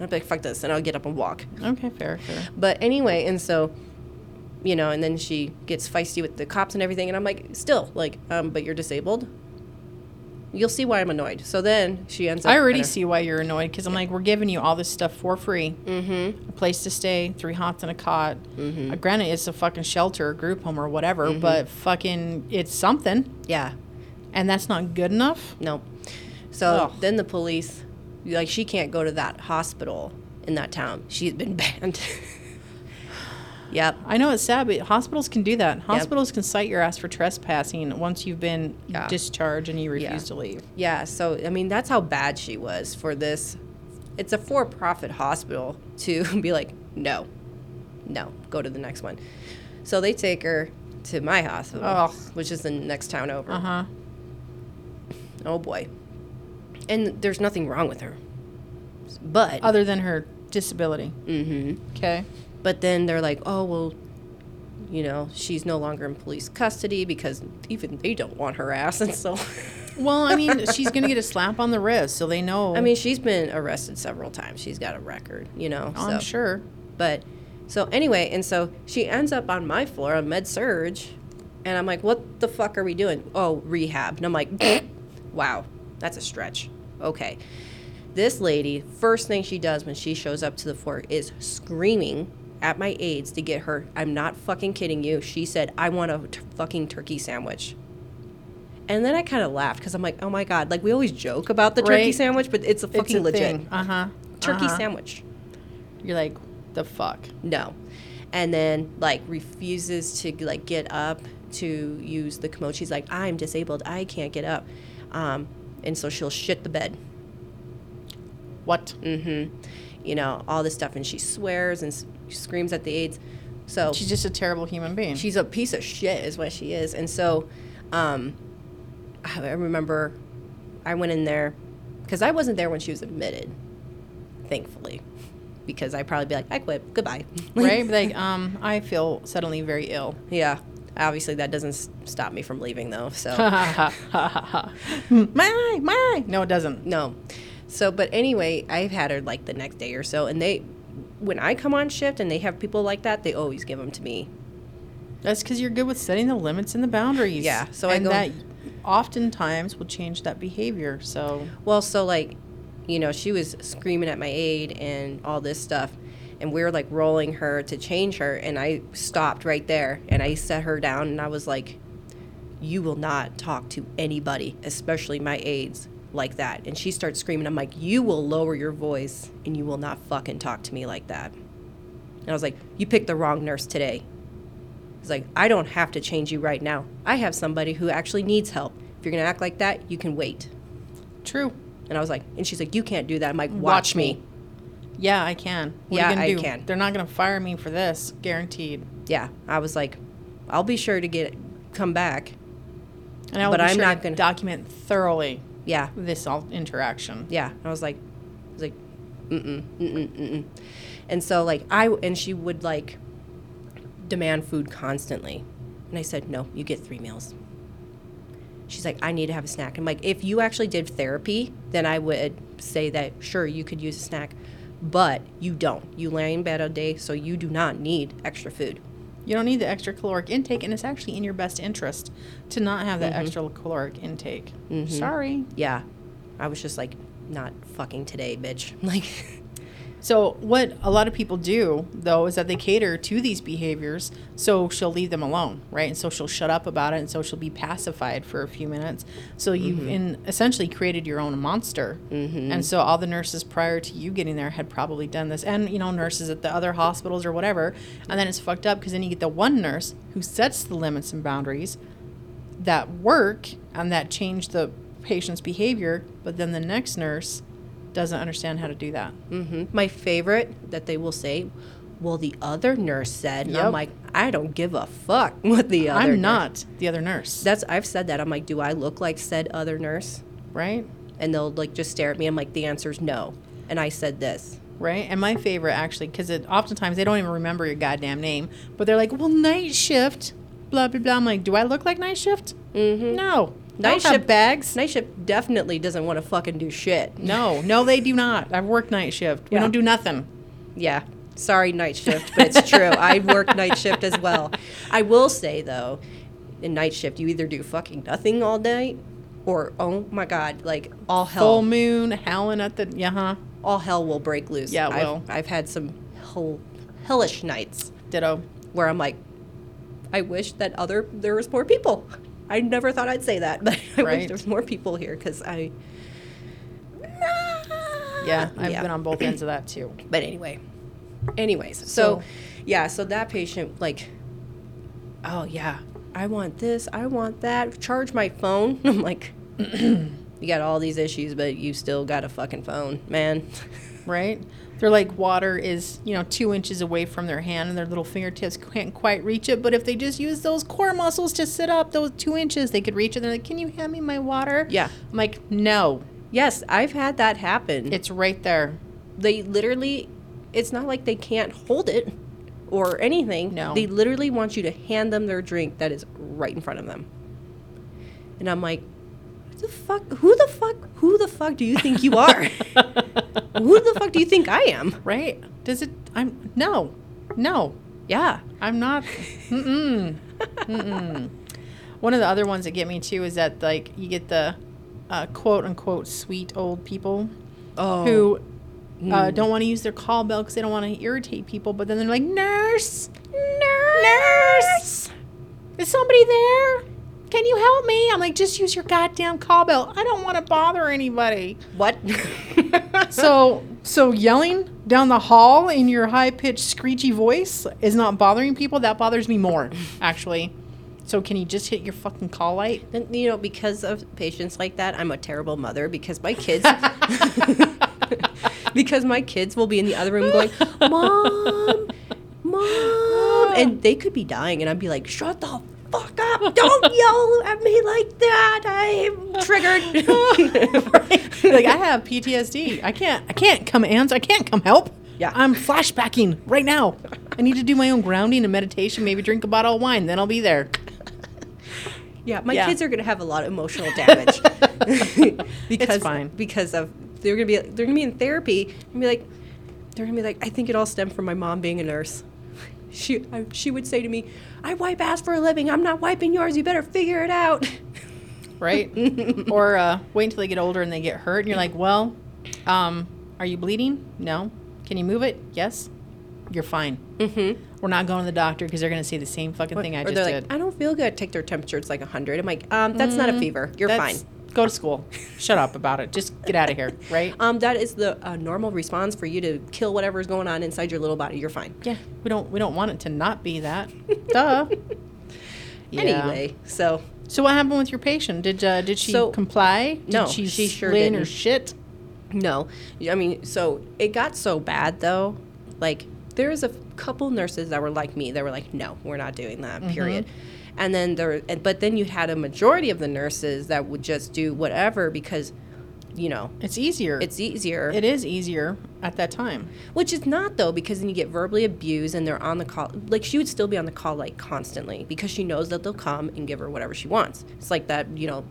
S3: I'd be like, fuck this, and I'll get up and walk.
S2: Okay, fair, fair.
S3: But anyway, and so, you know, and then she gets feisty with the cops and everything, and I'm like, still, like, um, but you're disabled. You'll see why I'm annoyed. So then she ends up.
S2: I already
S3: at her-
S2: see why you're annoyed because I'm like, we're giving you all this stuff for free. Mm-hmm. A place to stay, three hots and a cot. Mm-hmm. granted, it's a fucking shelter, a group home, or whatever,
S3: Mm-hmm.
S2: but fucking, it's something.
S3: Yeah,
S2: And that's not good enough.
S3: no. So
S2: Ugh.
S3: then the police, like, she can't go to that hospital in that town. She's been banned. yep.
S2: I know it's sad, but hospitals can do that. Hospitals can cite your ass for trespassing once you've been
S3: Yeah.
S2: discharged and you refuse
S3: Yeah.
S2: to leave.
S3: Yeah, so I mean that's how bad she was for this. It's a for-profit hospital to be like, no, no, go to the next one. So they take her to my hospital,
S2: Ugh.
S3: which is the next town over.
S2: Uh huh.
S3: Oh boy, and there's nothing wrong with her, but
S2: Other than her disability.
S3: Mm-hmm.
S2: Okay.
S3: But then they're like, oh, well, you know, she's no longer in police custody because even they don't want her ass. And so,
S2: Well, I mean, she's gonna get a slap on the wrist, so they know.
S3: I mean, she's been arrested several times. She's got a record, you know.
S2: Oh, I'm
S3: so.
S2: sure.
S3: But so anyway, and so she ends up on my floor on med surge, and I'm like, what the fuck are we doing? Oh, rehab. And I'm like, wow, that's a stretch. Okay. This lady, first thing she does when she shows up to the floor is screaming at my aides to get her. I'm not fucking kidding you. She said, I want a t- fucking turkey sandwich. And then I kind of laughed because I'm like, oh my God. Like, we always joke about the turkey
S2: Right.
S3: sandwich, but it's a Uh-huh. fucking legit
S2: Uh huh.
S3: turkey sandwich.
S2: You're like, the fuck.
S3: No. And then like refuses to like get up to use the commode. She's like, I'm disabled. I can't get up. Um, and so she'll shit the bed.
S2: What?
S3: Mm-hmm. You know all this stuff, and she swears and s- screams at the aides. So
S2: She's just a terrible human being.
S3: she's a piece of shit is what she is and so um i remember i went in there because i wasn't there when she was admitted thankfully because i'd probably be like i quit goodbye
S2: right? Be Like, um, I feel suddenly very ill.
S3: yeah obviously that doesn't s- stop me from leaving though so
S2: my, my. No, it doesn't.
S3: no so but anyway i've had her like the next day or so and they when i come on shift and they have people like that they always give them to me
S2: That's because you're good with setting the limits and the boundaries.
S3: Yeah, so I
S2: and
S3: go-
S2: that oftentimes will change that behavior. So
S3: Well, so like, you know, she was screaming at my aide and all this stuff, and we were like rolling her to change her, and I stopped right there and I set her down and I was like, "You will not talk to anybody, especially my aides." Like that, and she starts screaming. I'm like, "You will lower your voice, and you will not fucking talk to me like that." And I was like, "You picked the wrong nurse today." It's like, "I don't have to change you right now. I have somebody who actually needs help. If you're gonna act like that, you can wait."
S2: true.
S3: And I was like, and she's like, you can't do that. I'm like, watch,
S2: Watch
S3: me.
S2: me. Yeah, I can. What
S3: Yeah,
S2: are you gonna
S3: I
S2: do?
S3: can.
S2: They're not gonna fire me for this, guaranteed.
S3: Yeah. I was like, I'll be sure to get come back.
S2: And I will
S3: But
S2: be
S3: I'm
S2: sure
S3: not
S2: to
S3: gonna-
S2: document thoroughly
S3: Yeah.
S2: this all interaction.
S3: Yeah. And I was like, I was like, mm-mm, mm-mm, mm-mm. And so like I and she would like demand food constantly. And I said, no, you get three meals. She's like, I need to have a snack. I'm like, if you actually did therapy, then I would say that sure you could use a snack, but you don't. You lay in bed all day, so you do not need extra food.
S2: You don't need the extra caloric intake, and it's actually in your best interest to not have
S3: Mm-hmm.
S2: that extra caloric intake. Sorry.
S3: yeah, I was just like, not fucking today, bitch. Like,
S2: So, what a lot of people do, though, is that they cater to these behaviors. So, she'll leave them alone, right? And so, she'll shut up about it. And so, she'll be pacified for a few minutes. So, you've in, essentially created your own monster. And so, all the nurses prior to you getting there had probably done this. And, you know, nurses at the other hospitals or whatever. And then it's fucked up because then you get the one nurse who sets the limits and boundaries that work and that change the patient's behavior. But then the next nurse doesn't understand how to do that.
S3: hmm my favorite that they will say, well, the other nurse said, and I'm
S2: Yep.
S3: like, I don't give a fuck what the other.
S2: I'm
S3: nurse-
S2: not the other nurse,
S3: That's I've said that. I'm like, do I look like said other nurse?
S2: right?
S3: And they'll like just stare at me. I'm like, the answer's no. And I said this.
S2: Right? And my favorite actually, because it oftentimes they don't even remember your goddamn name, but they're like, "Well, night shift, blah blah blah." I'm like, "Do I look like night shift? Mm-hmm. No, I
S3: Night
S2: don't have
S3: shift-
S2: bags.
S3: Night shift definitely doesn't want to fucking do shit.
S2: No, no, they do not. I've worked night shift. We
S3: Yeah.
S2: don't do nothing.
S3: Yeah. Sorry, night shift, but it's true. I work night shift as well. I will say though, in night shift, you either do fucking nothing all night, or oh my god, like all hell,
S2: Full moon, howling at the yeah, huh?
S3: all hell will break loose.
S2: Yeah, it
S3: I've,
S2: will.
S3: I've had some hell, hellish nights
S2: Ditto.
S3: where I'm like, I wish that other there was more people. I never thought I'd say that, but I wish
S2: Right.
S3: there was more people here because I.
S2: Yeah, I've been on both ends of that too.
S3: But anyway, anyways, so,
S2: So-
S3: yeah, so that patient like, oh yeah, I want this, I want that. Charge my phone. I'm like, you got all these issues, but you still got a fucking phone, man.
S2: right? They're like water is, you know, two inches away from their hand and their little fingertips can't quite reach it. But if they just use those core muscles to sit up, those two inches, they could reach it. They're like, Can you hand me my water?
S3: Yeah.
S2: I'm like, No,
S3: Yes, I've had that happen.
S2: it's right there.
S3: they literally it's not like they can't hold it or anything.
S2: No.
S3: They literally want you to hand them their drink that is right in front of them. And I'm like, what the fuck? Who the fuck? Who the fuck do you think you are? who the fuck do you think I am?
S2: Right? Does it? I'm no, no.
S3: Yeah.
S2: I'm not. Mm-mm. Mm-mm. One of the other ones that get me too is that like you get the uh, quote unquote sweet old people
S3: Oh.
S2: who uh,
S3: Mm.
S2: don't want to use their call bell because they don't want to irritate people, but then they're like nurse, nurse, is somebody there? Can you help me? I'm like, just use your goddamn call bell. I don't want to bother anybody.
S3: What?
S2: So, so yelling down the hall in your high pitched screechy voice is not bothering people. That bothers me more, actually. So, can you just hit your fucking call light?
S3: And, you know, because of patients like that, I'm a terrible mother because my kids, because my kids will be in the other room going, "Mom, mom," and they could be dying, and I'd be like, "Shut the fuck up! Don't yell at me like that! I'm triggered."
S2: like I have PTSD. I can't. I can't come answer. I can't come help.
S3: Yeah.
S2: I'm flashbacking right now. I need to do my own grounding and meditation. Maybe drink a bottle of wine, then I'll be there.
S3: Yeah, my
S2: Yeah.
S3: kids are going to have a lot of emotional damage because
S2: fine.
S3: because of they're going to be they're going to be in therapy and be like they're going to be like I think it all stemmed from my mom being a nurse. She I, she would say to me, "I wipe ass for a living. I'm not wiping yours. You better figure it out."
S2: Right? or uh, wait until they get older and they get hurt, and you're like, well, um, are you bleeding? No. Can you move it? Yes. You're fine.
S3: Mm-hmm.
S2: We're not going to the doctor because they're going to say the same fucking thing I
S3: or
S2: just
S3: they're
S2: did. Mm-hmm.
S3: like, "I don't feel good." Take their temperature. It's like 100. I'm like, "Um, that's not a fever. You're
S2: That's-
S3: fine."
S2: Go to school. Shut up about it. Just get out of here. Right?
S3: Um, that is the uh, normal response for you to kill whatever's going on inside your little body. You're fine.
S2: Yeah, we don't we don't want it to not be that. Duh. Yeah.
S3: Anyway, so
S2: So what happened with your patient? Did uh, did she
S3: So-
S2: comply? Did
S3: No,
S2: she,
S3: she sure
S2: lay in her
S3: didn't.
S2: shit.
S3: No, I mean, so it got so bad though. Like there was a couple nurses that were like me. They were like, "No, we're not doing that."
S2: Mm-hmm.
S3: Period. And then there, and- but then you had a majority of the nurses that would just do whatever because, you know,
S2: It's easier.
S3: it's easier.
S2: it is easier at that time.
S3: Which is not though, because then you get verbally abused, and they're on the call. Like she would still be on the call like constantly because she knows that they'll come and give her whatever she wants. It's like that, you know,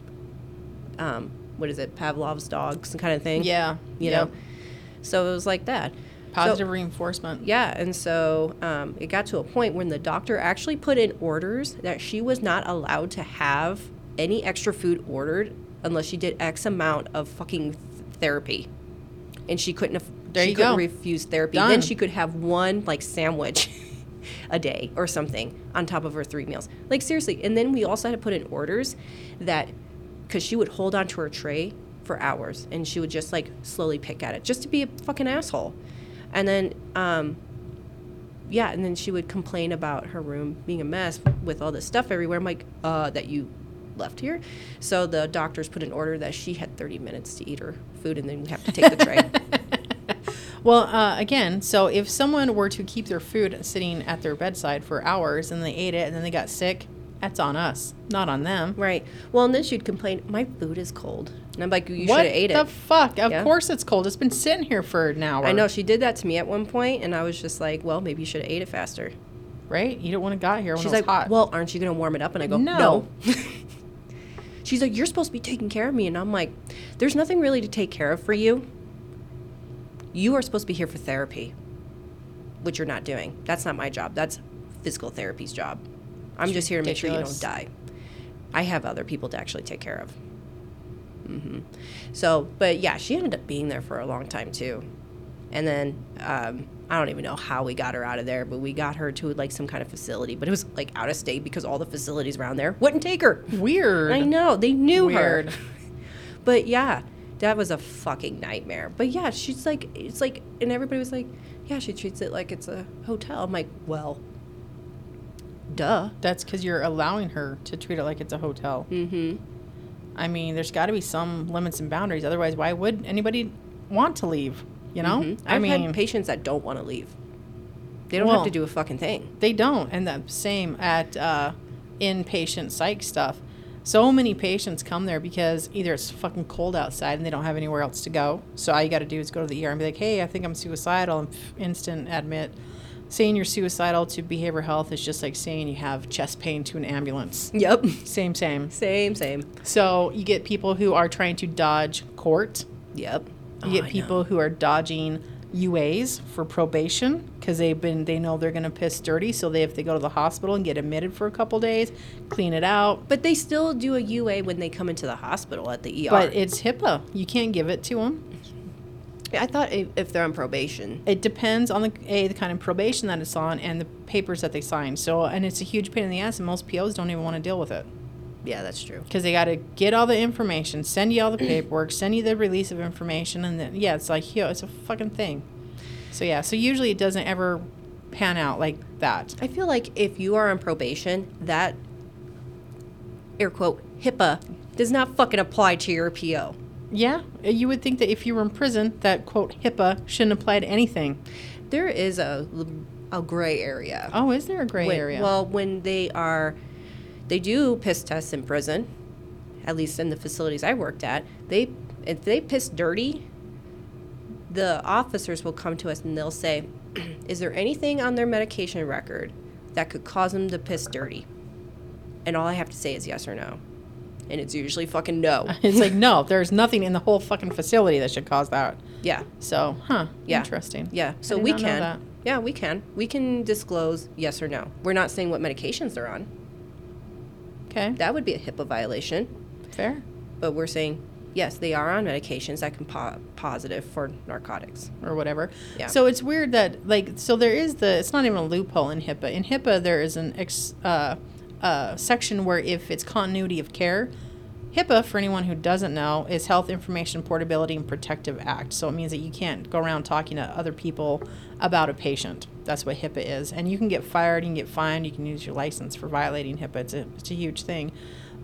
S3: um, what is it, Pavlov's dogs kind of thing.
S2: Yeah,
S3: you know. So it was like that. So-
S2: positive reinforcement.
S3: Yeah, and so um, it got to a point when the doctor actually put in orders that she was not allowed to have any extra food ordered unless she did X amount of fucking th- therapy, and she couldn't. Af-
S2: There
S3: she
S2: you
S3: couldn't
S2: go.
S3: refuse therapy.
S2: Done.
S3: Then she could have one like sandwich a day or something on top of her three meals. Like seriously. And then we also had to put in orders that because she would hold onto her tray for hours and she would just like slowly pick at it just to be a fucking asshole. And then um yeah, and then she would complain about her room being a mess with all this stuff everywhere. I'm like, uh, that you left here. So the doctors put an order that she had 30 minutes to eat her food and then we have to take the tray.
S2: Well, uh, again, so if someone were to keep their food sitting at their bedside for hours and they ate it and then they got sick, that's on us, not on them.
S3: Right. Well, and then she'd complain, "My food is cold," and I'm like, "You should
S2: what
S3: have ate
S2: the
S3: it."
S2: fuck? Of
S3: Yeah.
S2: course it's cold. It's been sitting here for an hour.
S3: I know she did that to me at one point, and I was just like, "Well, maybe you should have ate it faster."
S2: right? You don't want to got here when
S3: She's
S2: it was
S3: like,
S2: hot.
S3: "Well, aren't you going to warm it up?" And I go,
S2: No.
S3: "No." She's like, "You're supposed to be taking care of me," and I'm like, "There's nothing really to take care of for you. You are supposed to be here for therapy, which you're not doing. That's not my job. That's physical therapy's job. I'm just here to make sure you
S2: ridiculous.
S3: don't die. I have other people to actually take care of." Mm-hmm. So, but yeah, she ended up being there for a long time too. And then um, I don't even know how we got her out of there, but we got her to like some kind of facility, but it was like out of state because all the facilities around there wouldn't take her.
S2: Weird.
S3: I know they knew
S2: Weird.
S3: her. But yeah, that was a fucking nightmare. But yeah, she's like, it's like, and everybody was like, yeah, she treats it like it's a hotel. I'm like, well, duh.
S2: That's because you're allowing her to treat it like it's a hotel.
S3: Mm-hmm.
S2: I mean, there's got to be some limits and boundaries. Otherwise, why would anybody want to leave? You know? I
S3: Mm-hmm. I've
S2: mean,
S3: had patients that don't want to leave. They don't
S2: Well-
S3: have to do a fucking thing.
S2: they don't. And the same at uh, inpatient psych stuff. So many patients come there because either it's fucking cold outside and they don't have anywhere else to go. So all you got to do is go to the ER and be like, "Hey, I think I'm suicidal." And pff, instant admit. Saying you're suicidal to behavioral health is just like saying you have chest pain to an ambulance.
S3: Yep.
S2: Same, same.
S3: Same, same.
S2: So you get people who are trying to dodge court.
S3: Yep.
S2: You
S3: Oh,
S2: get people who are dodging UAs for probation because they've been they know they're gonna piss dirty, so they if they go to the hospital and get admitted for a couple days, clean it out.
S3: But they still do a UA when they come into the hospital at the ER.
S2: But it's HIPAA. You can't give it to them.
S3: I thought if, if they're on probation.
S2: It depends on the a the kind of probation that it's on and the papers that they sign. So and it's a huge pain in the ass, and most POs don't even want to deal with it.
S3: Yeah, that's true.
S2: because they got to get all the information, send you all the paperwork, send you the release of information, and then yeah, it's like yo, it's a fucking thing. So yeah, so usually it doesn't ever pan out like that.
S3: I feel like if you are on probation, that air quote HIPAA does not fucking apply to your PO.
S2: Yeah, you would think that if you were in prison, that quote HIPAA shouldn't apply to anything.
S3: There is a a gray area.
S2: Oh, is there a gray
S3: When-
S2: area?
S3: Well, when they are, they do piss tests in prison, at least in the facilities I worked at. They if they piss dirty, the officers will come to us and they'll say, "Is there anything on their medication record that could cause them to piss dirty?" And all I have to say is yes or no, and it's usually fucking no.
S2: it's like no, there's nothing in the whole fucking facility that should cause that.
S3: yeah,
S2: So, huh?
S3: Yeah.
S2: Interesting.
S3: yeah. So
S2: did
S3: we
S2: not know that.
S3: can. Yeah, we can. We can disclose yes or no. We're not saying what medications they're on.
S2: Okay.
S3: That would be a HIPAA violation.
S2: Fair.
S3: but we're saying yes they are on medications that can po- positive for narcotics
S2: or whatever.
S3: Yeah.
S2: So it's weird that like so there is the it's not even a loophole in HIPAA. In HIPAA there is an ex, uh, uh, section where if it's continuity of care, HIPAA for anyone who doesn't know is Health Information Portability and Protective Act. So it means that you can't go around talking to other people about a patient. That's what HIPAA is, and you can get fired, you can get fined, you can lose your license for violating HIPAA. It's a it's a huge thing.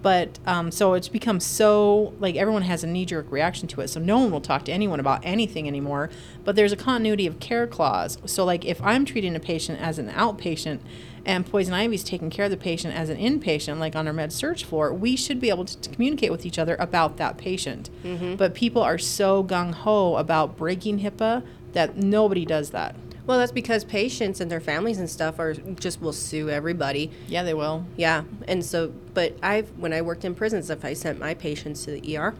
S2: But um, so it's become so like everyone has a knee jerk reaction to it. So no one will talk to anyone about anything anymore. But there's a continuity of care clause. So, like, if I'm treating a patient as an outpatient and Poison Ivy's taking care of the patient as an inpatient, like on our med surge floor, we should be able to, to communicate with each other about that patient. But people are so gung ho about breaking HIPAA that nobody does that.
S3: well that's because patients and their families and stuff are just will sue everybody
S2: Yeah, they will.
S3: yeah and so but i've when i worked in prisons if i sent my patients to the er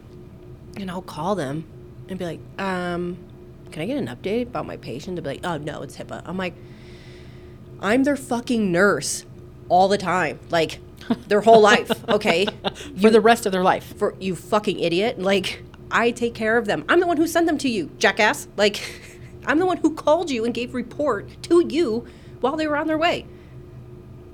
S3: and i'll call them and be like um can i get an update about my patient to be like oh no it's hipaa i'm like i'm their fucking nurse all the time like their whole life okay
S2: For the rest of their life.
S3: for you fucking idiot. Like, I take care of them. I'm the one who sent them to you, jackass. Like, I'm the one who called you and gave report to you while they were on their way.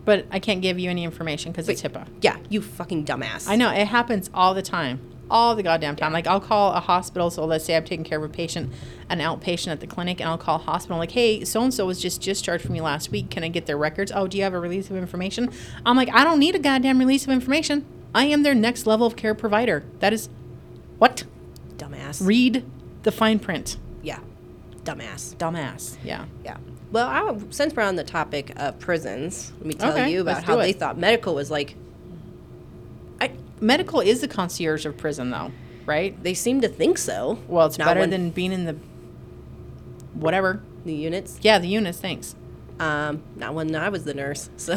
S2: But I can't give you any information because it's HIPAA.
S3: Yeah, you fucking dumbass.
S2: I know it happens all the time, all the goddamn time. Like I'll call a hospital. So let's say I'm taking care of a patient, an outpatient at the clinic, and I'll call hospital like, "Hey, so and so was just discharged from you last week. Can I get their records? Oh, do you have a release of information?" I'm like, "I don't need a goddamn release of information. I am their next level of care provider. That is, what?
S3: Dumbass.
S2: Read the fine print,
S3: yeah, dumbass.
S2: dumbass. Yeah,
S3: Yeah. Well, I, since we're on the topic of prisons, let me tell
S2: Okay,
S3: you about
S2: let's
S3: how
S2: do
S3: they
S2: it.
S3: thought medical was like. I,
S2: medical is the concierge of prison, though, right?
S3: they seem to think so.
S2: Well, it's
S3: Not
S2: better
S3: when-
S2: than being in the whatever.
S3: the units.
S2: Yeah, the units. Thanks.
S3: Um, not when I was the nurse. So,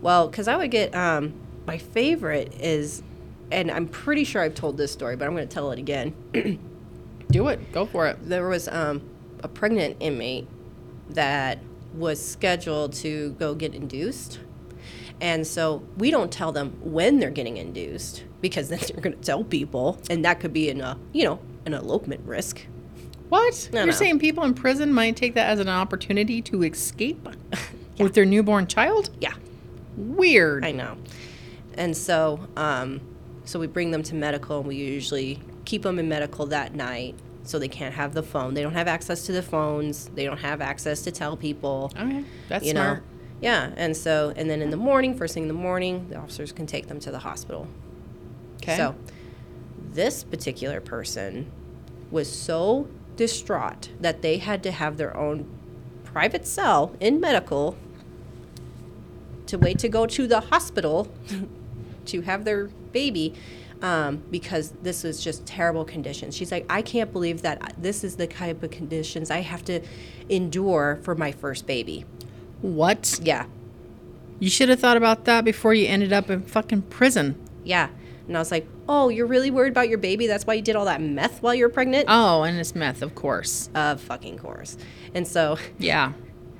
S3: well, because I would get um, my favorite is, and I'm pretty sure I've told this story, but I'm going to tell it again.
S2: Do it. Go for it.
S3: There was um, a pregnant inmate that was scheduled to go get induced, and so we don't tell them when they're getting induced because then they're going to tell people, and that could be in a you know an elopement risk.
S2: What?
S3: No,
S2: You're
S3: no.
S2: saying people in prison might take that as an opportunity to escape with their newborn child?
S3: Yeah.
S2: Weird.
S3: I know. And so, um, so we bring them to medical, and we usually keep them in medical that night, so they can't have the phone. They don't have access to the phones. They don't have access to tell people.
S2: okay. Oh, That's
S3: you
S2: smart.
S3: know, yeah. And so, and then in the morning, first thing in the morning, the officers can take them to the hospital.
S2: Okay.
S3: So, this particular person was so distraught that they had to have their own private cell in medical to wait to go to the hospital to have their baby um, because this was just terrible conditions. She's like, I can't believe that this is the type of conditions I have to endure for my first baby.
S2: What?
S3: Yeah,
S2: You should have thought about that before you ended up in fucking prison.
S3: yeah. And I was like, oh, you're really worried about your baby? That's why you did all that meth while you were pregnant?
S2: Oh, and it's meth, of course.
S3: Of fucking course. And so
S2: Yeah.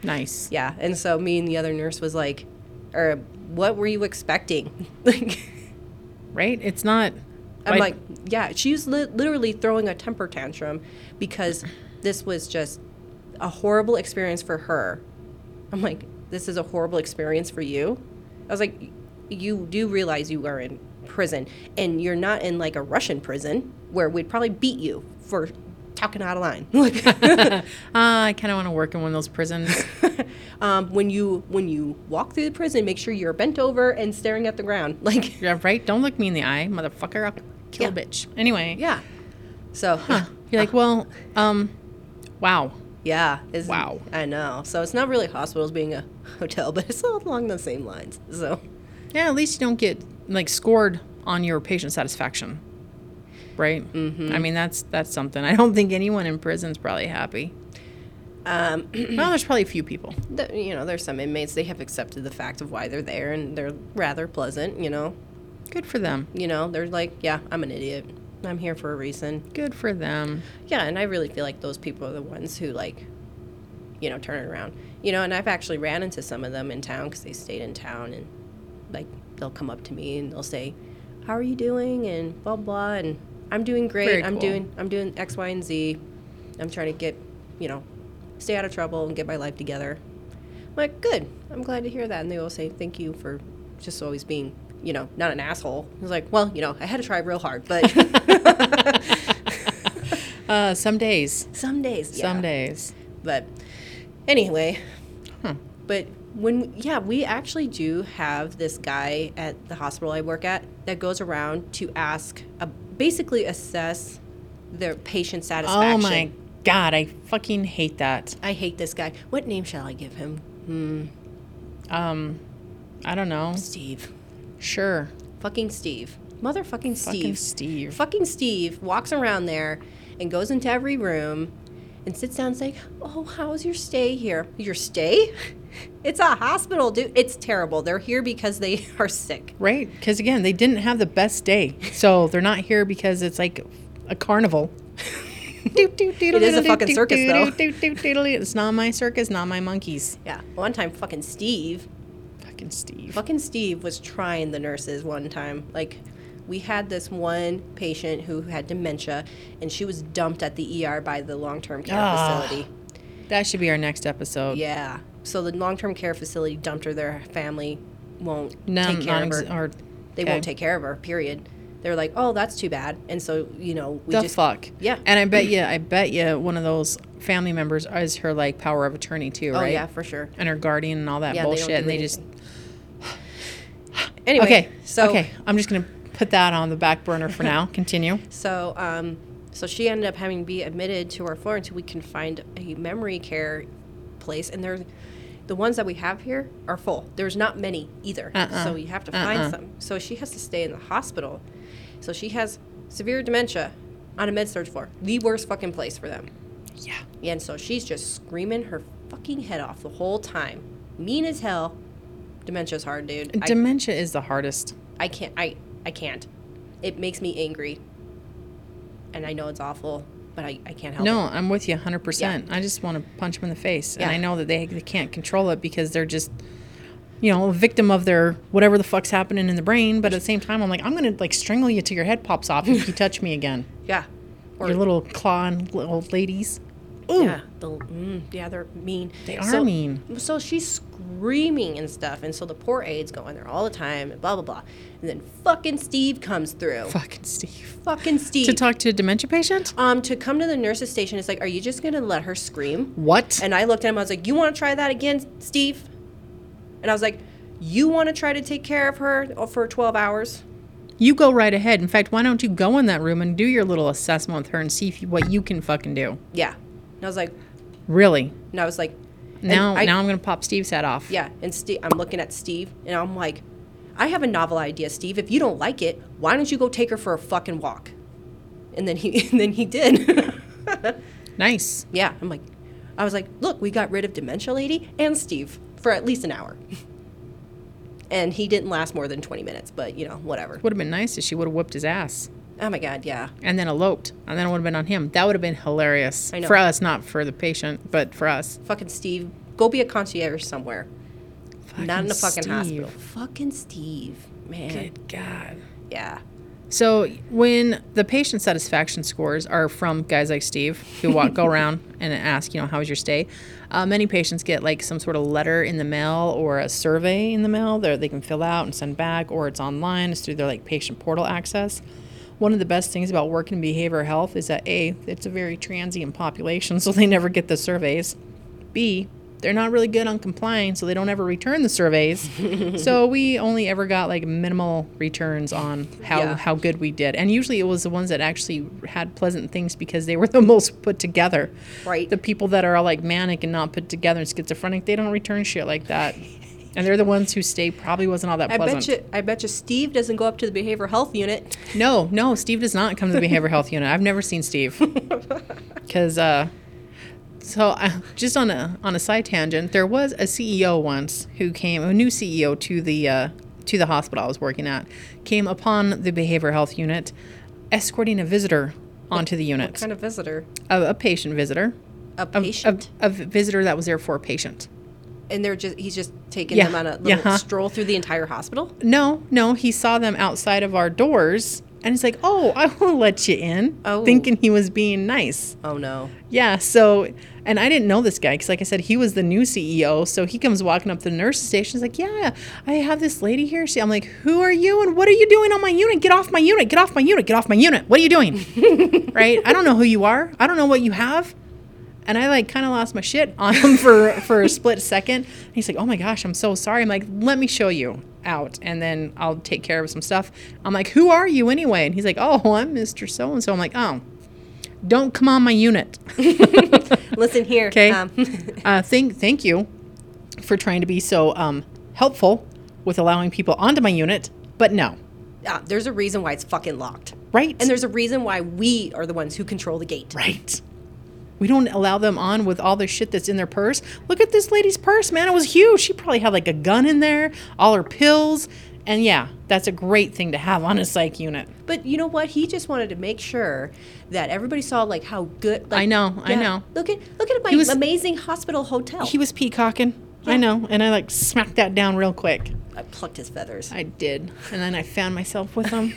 S2: Nice.
S3: Yeah, and so me and the other nurse was like, "Or what were you expecting?" Like,
S2: Right? It's not.
S3: I'm
S2: Why-
S3: like, "Yeah." She was li- literally throwing a temper tantrum because this was just a horrible experience for her. I'm like, "This is a horrible experience for you." I was like, "You do realize you are in prison, and you're not in like a Russian prison where we'd probably beat you for talking out of line." Like,
S2: uh, I kind of want to work in one of those prisons.
S3: um, when you when you walk through the prison, make sure you're bent over and staring at the ground. Like,
S2: yeah, right? Don't look me in the eye, motherfucker. I'll kill a
S3: Yeah.
S2: bitch. Anyway.
S3: yeah. So,
S2: Huh. You're like, well, um, wow.
S3: yeah. It's,
S2: Wow.
S3: I know. So it's not really hospitals being a hotel, but it's all along the same lines. So,
S2: Yeah, at least you don't get like scored on your patient satisfaction. Right? Mm-hmm. I mean, that's that's something. I don't think anyone in prison's probably happy.
S3: um,
S2: Well, there's probably a few people.
S3: th- you know, there's some inmates they have accepted the fact of why they're there, and they're rather pleasant. You know,
S2: Good for them.
S3: you know, they're like, yeah, I'm an idiot. I'm here for a reason.
S2: Good for them.
S3: Yeah, and I really feel like those people are the ones who like, you know, turn it around. You know, and I've actually ran into some of them in town because they stayed in town, and like they'll come up to me and they'll say, "How are you doing?" and blah blah, and I'm doing great.
S2: Very cool.
S3: I'm doing I'm doing X, Y, and Z. I'm trying to get, you know, stay out of trouble and get my life together. I'm like, good. I'm glad to hear that. And they will say, thank you for just always being, you know, not an asshole. I was like, well, you know, I had to try real hard, but
S2: Uh, some days.
S3: some days, yeah.
S2: Some days.
S3: But anyway,
S2: Huh.
S3: but when yeah, we actually do have this guy at the hospital I work at that goes around to ask, uh basically assess their patient
S2: Oh
S3: satisfaction.
S2: my god, I fucking hate that.
S3: I hate this guy. What name shall I give him?
S2: Um, I don't know.
S3: Steve.
S2: Sure.
S3: Fucking Steve. Motherfucking
S2: Fucking
S3: Steve.
S2: Steve.
S3: Fucking Steve walks around there and goes into every room and sits down and is like, Oh, how's your stay here? Your stay? It's a hospital, dude. It's terrible. They're here because they are sick.
S2: Right? Because again, they didn't have the best day, so they're not here because it's like a carnival. it
S3: is a fucking circus, though.
S2: It's not my circus, not my monkeys.
S3: Yeah. One time, fucking Steve,
S2: Fucking Steve.
S3: fucking Steve was trying the nurses one time. Like, we had this one patient who had dementia and she was dumped at the ER by the long term care
S2: Ah.
S3: facility.
S2: That should be our next episode.
S3: Yeah. So the long term care facility dumped her. Their family won't
S2: No,
S3: take care of
S2: non-ex-
S3: her.
S2: or
S3: they
S2: Okay.
S3: won't take care of her. Period. They're like, oh, that's too bad. And so you know, we
S2: the
S3: just
S2: fuck.
S3: Yeah.
S2: And I bet you, I bet you, one of those family members is her like power of attorney too,
S3: oh
S2: right?
S3: yeah, for sure.
S2: And her guardian and all that
S3: Yeah, they don't
S2: bullshit,
S3: do
S2: and they just
S3: Anyway,
S2: okay.
S3: so
S2: okay, I'm just gonna put that on the back burner for now. Continue.
S3: so um, so she ended up having to be admitted to our floor until we can find a memory care place, and they're. The ones that we have here are full. There's not many either.
S2: Uh-uh.
S3: So you have to find
S2: Uh-uh.
S3: some. So she has to stay in the hospital. So she has severe dementia on a med surge floor. The worst fucking place for them.
S2: Yeah.
S3: And so she's just screaming her fucking head off the whole time. Mean as hell. Dementia's hard, dude. I,
S2: Dementia is the hardest.
S3: I can't. I, I can't. It makes me angry. And I know it's awful, but I, I can't help
S2: No,
S3: it.
S2: I'm with you 100%. I just want to punch them in the face. And I
S3: Yeah.
S2: know that they, they can't control it because they're just, you know, a victim of their whatever the fuck's happening in the brain. But at the same time, I'm like, I'm going to like strangle you till your head pops off if you touch me again.
S3: Yeah. Or,
S2: your little clawing little ladies. Ooh.
S3: yeah. The, mm, yeah, they're mean.
S2: They are mean.
S3: So she's screaming and stuff. And so the poor aide's going there all the time and blah, blah, blah. And then fucking Steve comes through.
S2: Fucking Steve.
S3: Fucking Steve.
S2: To talk to a dementia patient?
S3: um, to come to the nurse's station, it's like, are you just going to let her scream?
S2: What?
S3: And I looked at him. I was like, "You want to try that again, Steve?" And I was like, "You want to try to take care of her uh, for 12 hours?"
S2: You go right ahead. In fact, why don't you go in that room and do your little assessment with her and see if you, what you can fucking do?
S3: Yeah. And I was like,
S2: Really?
S3: and I was like, and
S2: Now,
S3: I-
S2: now I'm going to pop Steve's head off.
S3: yeah. And Steve, I'm looking at Steve, and I'm like, I have a novel idea, Steve. If you don't like it, why don't you go take her for a fucking walk? And then he and then he did.
S2: Nice.
S3: yeah, I'm like I was like, "Look, we got rid of dementia lady and Steve for at least an hour." and he didn't last more than 20 minutes, but you know, whatever.
S2: Would have been nice if she would have whooped his ass
S3: Oh my god, yeah.
S2: and then eloped, and then it would have been on him. That would have been hilarious
S3: I know.
S2: for us, not for the patient, but for us.
S3: Fucking Steve, go be a concierge somewhere. Not in a fucking
S2: Steve.
S3: hospital. Fucking Steve, man.
S2: Good God.
S3: Yeah.
S2: So when the patient satisfaction scores are from guys like Steve who walk go around and ask, you know, how was your stay? Uh, many patients get like some sort of letter in the mail or a survey in the mail that they can fill out and send back, or it's online. It's through their like patient portal access. One of the best things about working in behavioral health is that a it's a very transient population, so they never get the surveys. B, they're not really good on complying, so they don't ever return the surveys. so we only ever got like minimal returns on how
S3: Yeah.
S2: how good we did, and usually it was the ones that actually had pleasant things because they were the most put together.
S3: Right.
S2: The people that are like manic and not put together and schizophrenic, they don't return shit like that, and they're the ones who stay probably wasn't all that
S3: I
S2: pleasant.
S3: bet you I bet you Steve doesn't go up to the behavioral health unit.
S2: No, no, Steve does not come to the behavioral health unit. I've never seen Steve. Because, uh, so I, just on a on a side tangent, there was a CEO once who came, a new CEO to the uh, to the hospital I was working at, came upon the behavioral health unit, escorting a visitor onto the unit,
S3: kind of visitor.
S2: a, a patient visitor,
S3: A
S2: a, a,
S3: patient.
S2: a visitor that was there for a patient.
S3: and they're just he's just taking
S2: Yeah,
S3: them on a little
S2: yeah, huh.
S3: stroll through the entire hospital.
S2: No, no, he saw them outside of our doors, and he's like, "Oh, I will let you in,"
S3: Oh.
S2: thinking he was being nice.
S3: Oh no.
S2: Yeah. So, and I didn't know this guy because, like I said, he was the new CEO. So he comes walking up to the nurse station. He's like, "Yeah, I have this lady here." She, I'm like, "Who are you? And what are you doing on my unit? Get off my unit! Get off my unit! Get off my unit! What are you doing?" right? I don't know who you are. I don't know what you have. And I like kind of lost my shit on him for for a split second. And he's like, "Oh my gosh, I'm so sorry." I'm like, "Let me show you out, and then I'll take care of some stuff." I'm like, "Who are you anyway?" And he's like, "Oh, I'm Mr. So and So." I'm like, "Oh." Don't come on my unit.
S3: Listen here.
S2: Okay.
S3: Um,
S2: uh, thank, thank you for trying to be so um, helpful with allowing people onto my unit, but no,
S3: ah, there's a reason why it's fucking locked.
S2: right?
S3: And there's a reason why we are the ones who control the gate.
S2: right. We don't allow them on with all the shit that's in their purse. Look at this lady's purse, man. It was huge. She probably had like a gun in there, all her pills. And yeah, that's a great thing to have on a psych unit.
S3: But you know what? He just wanted to make sure that everybody saw like how good. Like,
S2: I know, I know.
S3: Look at look at my
S2: was-
S3: amazing hospital hotel.
S2: He was peacocking. I know. And I like smacked that down real quick.
S3: I plucked his feathers.
S2: I did. And then I found myself with them.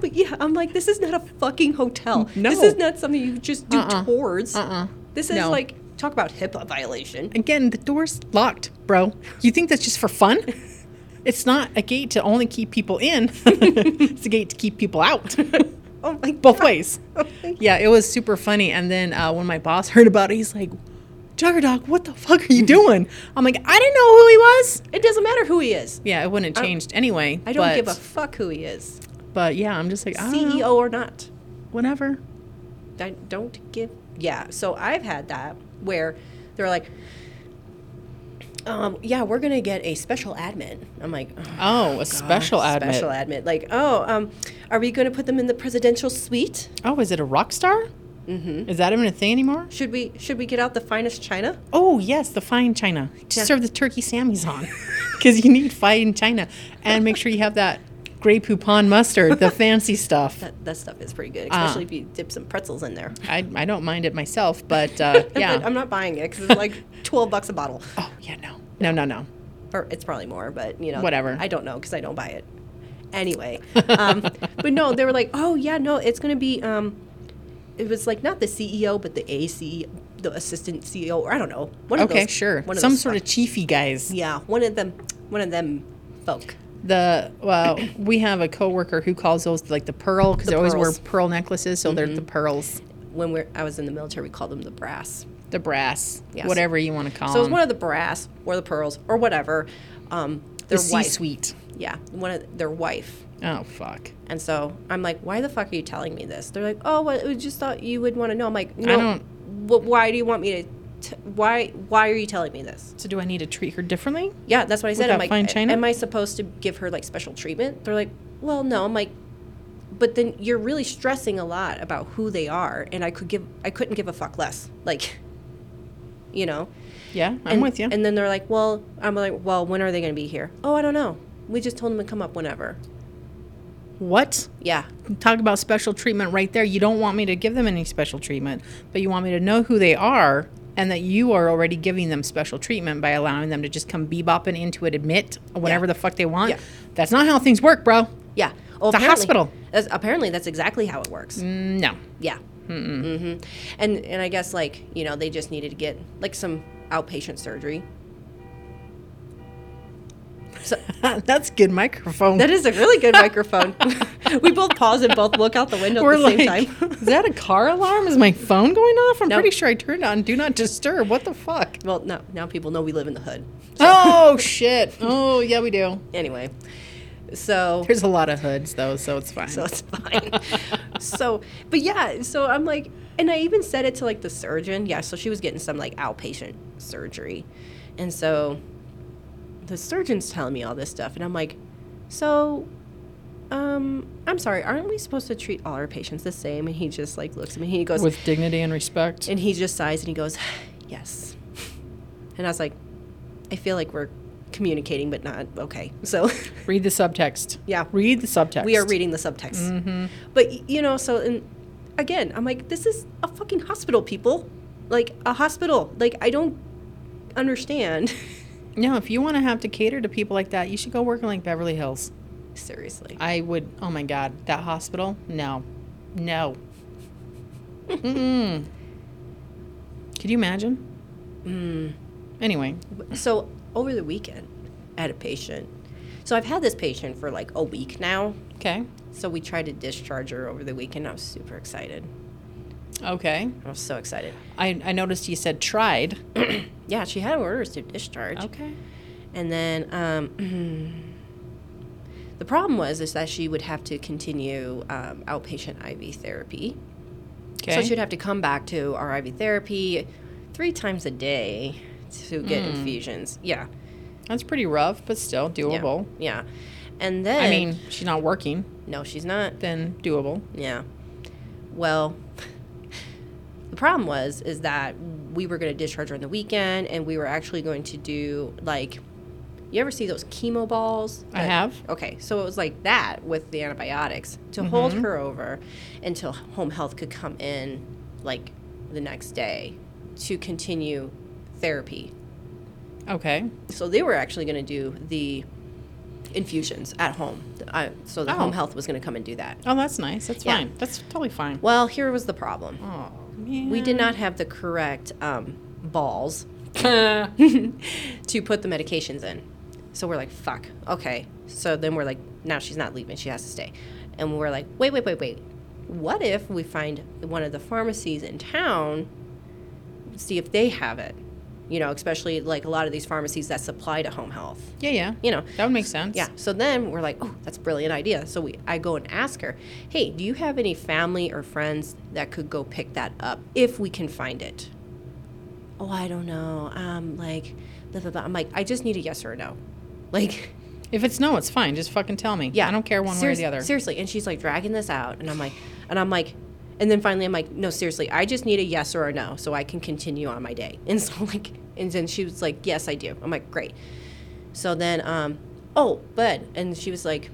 S3: But yeah, I'm like, this is not a fucking hotel.
S2: No.
S3: This is not something you just do
S2: Uh-uh.
S3: towards.
S2: Uh-uh.
S3: This is
S2: No.
S3: like talk about HIPAA violation.
S2: Again, the door's locked, bro. You think that's just for fun? It's not a gate to only keep people in. it's a gate to keep people out.
S3: Oh my god.
S2: Both ways. Yeah, it was super funny. And then uh, when my boss heard about it, he's like, Juggerdoc, what the fuck are you doing? I'm like, I didn't know who he was.
S3: It doesn't matter who he is.
S2: Yeah, it wouldn't have changed anyway.
S3: I don't
S2: but,
S3: give a E fuck who he is,
S2: But yeah, I'm just like, I don't know.
S3: CEO or not.
S2: Whatever.
S3: I don't give. Yeah. So I've had that where they're like, um, yeah, we're gonna get a special admin. I'm like, oh,
S2: Oh, a special
S3: God,
S2: admit.
S3: special admin. Like, oh, um, are we gonna put them in the presidential suite?
S2: Oh, is it a rock star? Mm-hmm. Is that even a thing anymore?
S3: Should we should we get out the finest china?
S2: Oh yes, the fine china. Just
S3: Yeah.
S2: serve the turkey sammies on, because you need fine china, and make sure you have that gray poupon mustard, the fancy stuff.
S3: That that stuff is pretty good,
S2: Ah.
S3: especially if you dip some pretzels in there.
S2: I, I don't mind it myself, but uh,
S3: But
S2: yeah.
S3: I'm not buying it because it's like twelve bucks a bottle,
S2: Oh yeah, no, no, no, no.
S3: or it's probably more, but you know,
S2: Whatever.
S3: I don't know because I don't buy it. Anyway, um, but no, they were like, oh yeah, no, it's gonna be. Um, it was like not the CEO, but the AC, the assistant CEO, or I don't know. One of
S2: Okay,
S3: those,
S2: sure.
S3: One of
S2: Some
S3: those
S2: sort of
S3: fuck-
S2: chiefy guys.
S3: yeah, one of them, one of them folk.
S2: The well, we have a coworker who calls those like the pearl because
S3: The
S2: they always
S3: pearls. Mm-hmm.
S2: wear pearl necklaces, so they're the pearls,
S3: When we're, I was in the military, we called them the brass.
S2: the brass,
S3: Yes.
S2: whatever you want to call
S3: So it was
S2: them.
S3: one of the brass or the pearls or whatever. Um,
S2: the
S3: their
S2: C
S3: wife,
S2: suite.
S3: yeah, one of their wife.
S2: Oh fuck.
S3: And so I'm like, why the fuck are you telling me this? They're like, oh, well, we just thought you would want to know. I'm like, no.
S2: don't-
S3: wh- why do you want me to t- why why are you telling me this?
S2: So do I need to treat her differently?
S3: Yeah, that's what I said.
S2: Without
S3: I'm like,
S2: fine china?
S3: am I supposed to give her like special treatment? They're like, well, no. I'm like, but then you're really stressing a lot about who they are, and I could give, I couldn't give a fuck less. Like, you know.
S2: Yeah, I'm
S3: and,
S2: with you.
S3: And then they're like, well, I'm like, well, when are they going to be here? Oh, I don't know. We just told them to come up whenever.
S2: what?
S3: Yeah,
S2: Talk about special treatment right there. You don't want me to give them any special treatment, but you want me to know who they are and that you are already giving them special treatment by allowing them to just come bebopping into it, admit whatever the fuck they want.
S3: Yeah.
S2: That's not how things work, bro.
S3: yeah. Oh,
S2: It's a
S3: apparently-
S2: hospital. Mm.
S3: That's, apparently, that's exactly how it works.
S2: No.
S3: Yeah. hmm And and I guess like you know they just needed to get like some outpatient surgery. So
S2: That's good microphone.
S3: that is a really good microphone. we both pause and both look out the window
S2: We're
S3: at the
S2: like,
S3: same time.
S2: is that a car alarm? Is my phone going off? I'm
S3: No.
S2: pretty sure I turned on Do Not Disturb. What the fuck?
S3: well, no, now people know we live in the hood.
S2: Oh, shit. Oh, yeah, we do.
S3: Anyway, so
S2: There's a lot of hoods, though, so it's fine.
S3: so it's fine. so, but yeah, so I'm like, and I even said it to like the surgeon. Yeah, so she was getting some like outpatient surgery. And so the surgeon's telling me all this stuff. And I'm like, so, um, I'm sorry, aren't we supposed to treat all our patients the same? And he just like looks at me and he goes,
S2: With dignity and respect.
S3: and he just sighs and he goes, yes. And I was like, I feel like we're communicating, but not okay. So,
S2: Read the subtext.
S3: yeah.
S2: Read the subtext.
S3: We are reading the
S2: Mm-hmm.
S3: subtext. But y- you know, so and again, I'm like, this is a fucking hospital, people. Like a hospital. Like I don't understand.
S2: No, if you want to have to cater to people like that, you should go work in like Beverly Hills.
S3: Seriously.
S2: I would. Oh my God, that hospital? No, no. Mm-mm. Could you imagine? Anyway,
S3: Hmm. So over the weekend, I had a patient. So I've had this patient for like a week now.
S2: okay,
S3: So we tried to discharge her over the weekend. I was super excited.
S2: okay.
S3: I was so excited.
S2: I I noticed you said tried.
S3: Yeah, she had orders to discharge.
S2: Okay.
S3: And then um, the problem was is that she would have to continue um, outpatient IV therapy.
S2: Okay.
S3: So she'd have to come back to our IV therapy three times a day to get
S2: Hmm.
S3: infusions. Yeah.
S2: That's pretty rough, but still
S3: Yeah.
S2: doable.
S3: Yeah. And then
S2: I mean, she's not working,
S3: no, she's not.
S2: then doable.
S3: Yeah. Well, the problem was is that we were going to discharge her on the weekend and we were actually going to do like you ever see those chemo balls?
S2: I
S3: That-
S2: have.
S3: Okay. So it was like that with the antibiotics to hold
S2: Mm-hmm.
S3: her over until home health could come in like the next day to continue therapy.
S2: Okay.
S3: So they were actually going to do the infusions at home. I, so the
S2: Oh.
S3: home health was going to come and do that.
S2: Oh, that's nice. That's
S3: Yeah.
S2: fine. That's totally fine.
S3: Well, here was the problem.
S2: Oh man.
S3: We did not have the correct um, balls to put the medications in. So we're like, fuck, okay. So then we're like, now she's not leaving, she has to stay. And we're like, wait, wait, wait, wait. What if we find one of the pharmacies in town, see if they have it? You know, especially like a lot of these pharmacies that supply to home health,
S2: Yeah, yeah.
S3: you know.
S2: That would make sense.
S3: Yeah. So then we're like, oh, that's a brilliant idea. So we, I go and ask her, hey, do you have any family or friends that could go pick that up if we can find it? Oh, I don't know. Um, like, blah, blah, blah. I'm like, I just need a yes or a no. Like,
S2: If it's no, it's fine. Just fucking tell me.
S3: yeah,
S2: I don't care one
S3: Serious-
S2: way or the other.
S3: Seriously, and she's like dragging this out, and I'm like, and I'm like, and then finally I'm like, no, seriously, I just need a yes or a no so I can continue on my day. And so like, and then she was like, yes, I do. I'm like, great. So then, um, oh, but and she was like,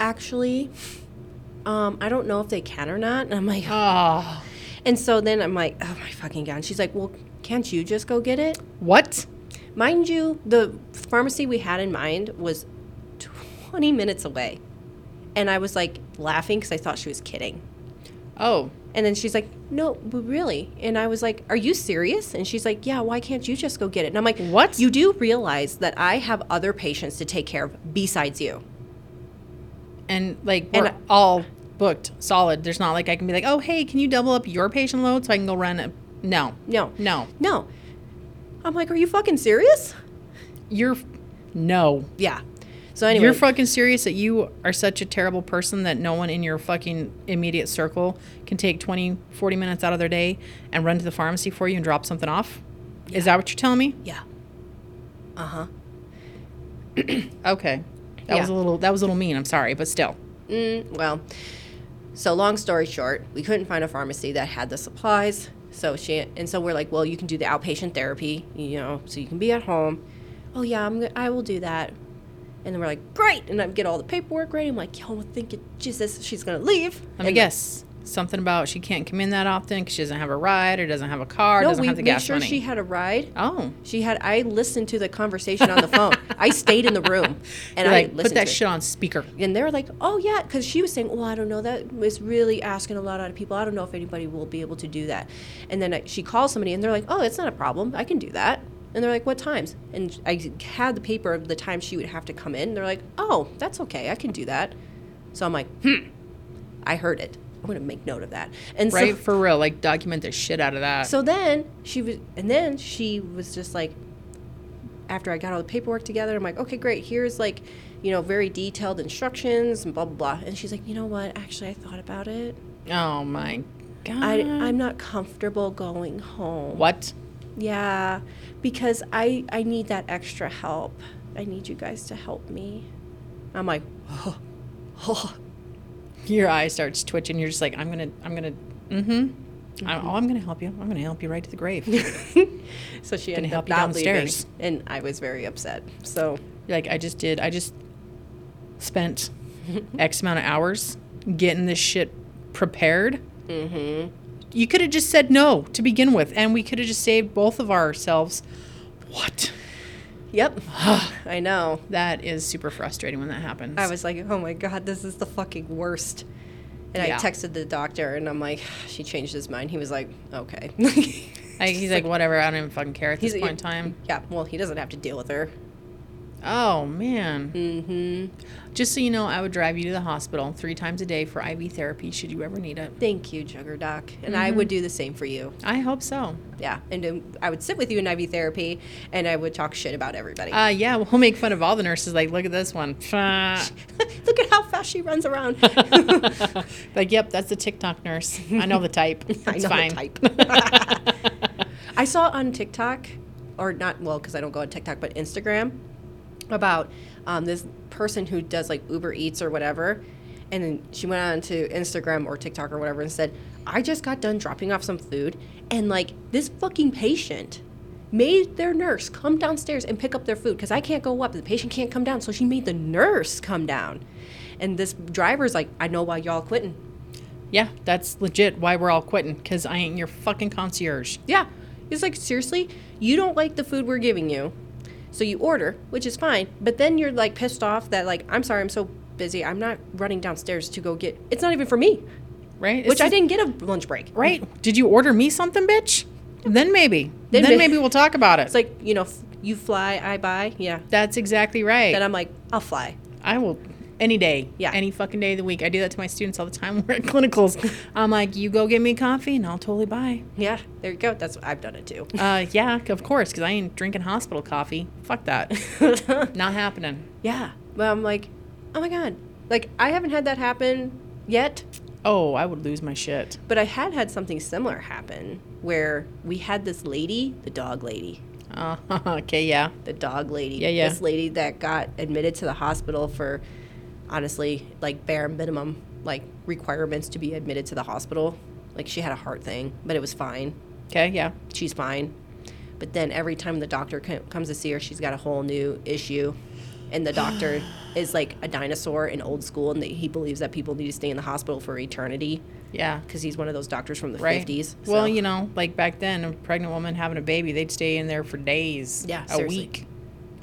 S3: actually, um, I don't know if they can or not. And I'm like,
S2: Ah,
S3: and so then I'm like, oh my fucking god. And she's like, well, can't you just go get it?
S2: what?
S3: Mind you, the pharmacy we had in mind was 20 minutes away. And I was like laughing because I thought she was kidding.
S2: Oh,
S3: And then she's like, no, but really? And I was like, are you serious? And she's like, yeah, why can't you just go get it? And I'm like,
S2: What?
S3: You do realize that I have other patients to take care of besides you.
S2: and like
S3: And
S2: we're
S3: I-
S2: all booked, solid. There's not like I can be like, oh hey, can you double up your patient load so I can go run? A... No,
S3: No,
S2: no,
S3: no. I'm like, are you fucking serious?
S2: you're no.
S3: Yeah. So anyway,
S2: You're fucking serious that you are such a terrible person that no one in your fucking immediate circle can take 20, 40 minutes out of their day and run to the pharmacy for you and drop something off? Is that what you're telling me?
S3: yeah. Uh huh.
S2: Okay. That was a
S3: Yeah.
S2: little that was a little mean, I'm sorry, but still.
S3: Mm, well, so long story short, we couldn't find a pharmacy that had the supplies. So she and so we're like, well, you can do the outpatient therapy, you know, so you can be at home. Oh yeah, I'm go- I will do that. And then we're like, great, and I get all the paperwork ready. I'm like, y'all think it, Jesus, she's gonna leave.
S2: Let me
S3: And-
S2: guess. Something about she can't come in that often because she doesn't have a ride or doesn't have a car,
S3: No,
S2: doesn't
S3: we
S2: have the
S3: made
S2: gas
S3: sure
S2: money.
S3: she had a ride.
S2: oh.
S3: She had. I listened to the conversation on the phone. I stayed in the room, and
S2: You're
S3: I
S2: like,
S3: listened
S2: put that
S3: to it.
S2: shit on speaker.
S3: and they're like, "Oh yeah," because she was saying, "Well, I don't know. That was really asking a lot out of people. I don't know if anybody will be able to do that." And then uh, she calls somebody, and they're like, "Oh, it's not a problem. I can do that." And they're like, "What times?" And I had the paper of the time she would have to come in. They're like, "Oh, that's okay. I can do that." So I'm like, "Hmm, I heard it. I'm gonna make note of that." And so-
S2: Right? For real. Like document the shit out of that.
S3: so then she was, and then she was just like, after I got all the paperwork together, I'm like, okay, great. Here's like, you know, very detailed instructions and blah blah blah. And she's like, you know what? Actually, I thought about it.
S2: oh my god.
S3: I, I'm not comfortable going home.
S2: what?
S3: Yeah, because I I need that extra help. I need you guys to help me. I'm like, oh, oh.
S2: your eye starts twitching. You're just like, I'm gonna, I'm gonna, mm-hmm. I'm, oh, I'm gonna help you. I'm gonna help you right to the grave. You're
S3: so she
S2: Gonna
S3: ended
S2: help
S3: up
S2: you
S3: not leaving,
S2: downstairs.
S3: and I was very upset. So
S2: like, I just did. I just spent X amount of hours getting this shit prepared. Mm-hmm. You could have just said no to begin with, and we could have just saved both of ourselves. What?
S3: yep, I know.
S2: That is super frustrating when that happens.
S3: I was like, oh my God, this is the fucking worst. And
S2: Yeah.
S3: I texted the doctor and I'm like, she changed his mind. He was like, okay.
S2: I, he's like, whatever. I don't even fucking care at this
S3: He's-
S2: point in time.
S3: yeah, well, he doesn't have to deal with her.
S2: Oh man.
S3: Mm hmm.
S2: Just so you know, I would drive you to the hospital three times a day for IV therapy should you ever need it.
S3: Thank you, Jugger Doc. And I
S2: Mm-hmm.
S3: would do the same for you.
S2: I hope so.
S3: Yeah. And um, I would sit with you in IV therapy and I would talk shit about everybody.
S2: Uh, yeah, we'll make fun of all the nurses. Like, look at this one.
S3: Look at how fast she runs around.
S2: like, yep, that's the TikTok nurse. I know the type. It's
S3: I know
S2: fine.
S3: the type. I saw on TikTok, or not well, because I don't go on TikTok, but Instagram, about um, this person who does like Uber Eats or whatever, and then she went on to Instagram or TikTok or whatever and said, "I just got done dropping off some food, and like this fucking patient." Made their nurse come downstairs and pick up their food because I can't go up. The patient can't come down, so she made the nurse come down. And this driver's like, "I know why y'all quitting.
S2: Yeah, that's legit why we're all quitting because I ain't your fucking concierge.
S3: Yeah. It's like, seriously, you don't like the food we're giving you. So you order, which is fine. But then you're like pissed off that, like, I'm sorry, I'm so busy. I'm not running downstairs to go get. It's not even for me,
S2: Right? It's
S3: which I
S2: just-
S3: didn't get a lunch break.
S2: Right? Did you order me something, bitch? Then maybe. Then,
S3: Then may-
S2: maybe we'll talk about it.
S3: It's like, you know, f- you fly, I buy. Yeah.
S2: that's exactly right.
S3: Then I'm like, I'll fly.
S2: I will any day.
S3: Yeah.
S2: Any fucking day of the week. I do that to my students all the time. We're at clinicals. I'm like, you go get me coffee and I'll totally buy.
S3: Yeah. There you go. That's I've done it too.
S2: Uh, yeah, of course, because I ain't drinking hospital coffee. Fuck that. Not happening.
S3: yeah. But I'm like, oh my God. Like, I haven't had that happen yet.
S2: Oh, I would lose my shit.
S3: But I had had something similar happen where we had this lady, the dog lady,
S2: Uh, okay, yeah.
S3: the dog lady.
S2: Yeah, yeah.
S3: This lady that got admitted to the hospital for honestly, like bare minimum like requirements to be admitted to the hospital. Like she had a heart thing, but it was fine.
S2: Okay, yeah.
S3: She's fine. But then every time the doctor co- comes to see her, she's got a whole new issue. And the doctor is like a dinosaur in old school and that he believes that people need to stay in the hospital for eternity
S2: Yeah.
S3: because he's one of those doctors from the
S2: Right.
S3: 50s.
S2: Well, you know, like back then, a pregnant woman having a baby, they'd stay in there for days.
S3: Yeah,
S2: A
S3: seriously.
S2: week.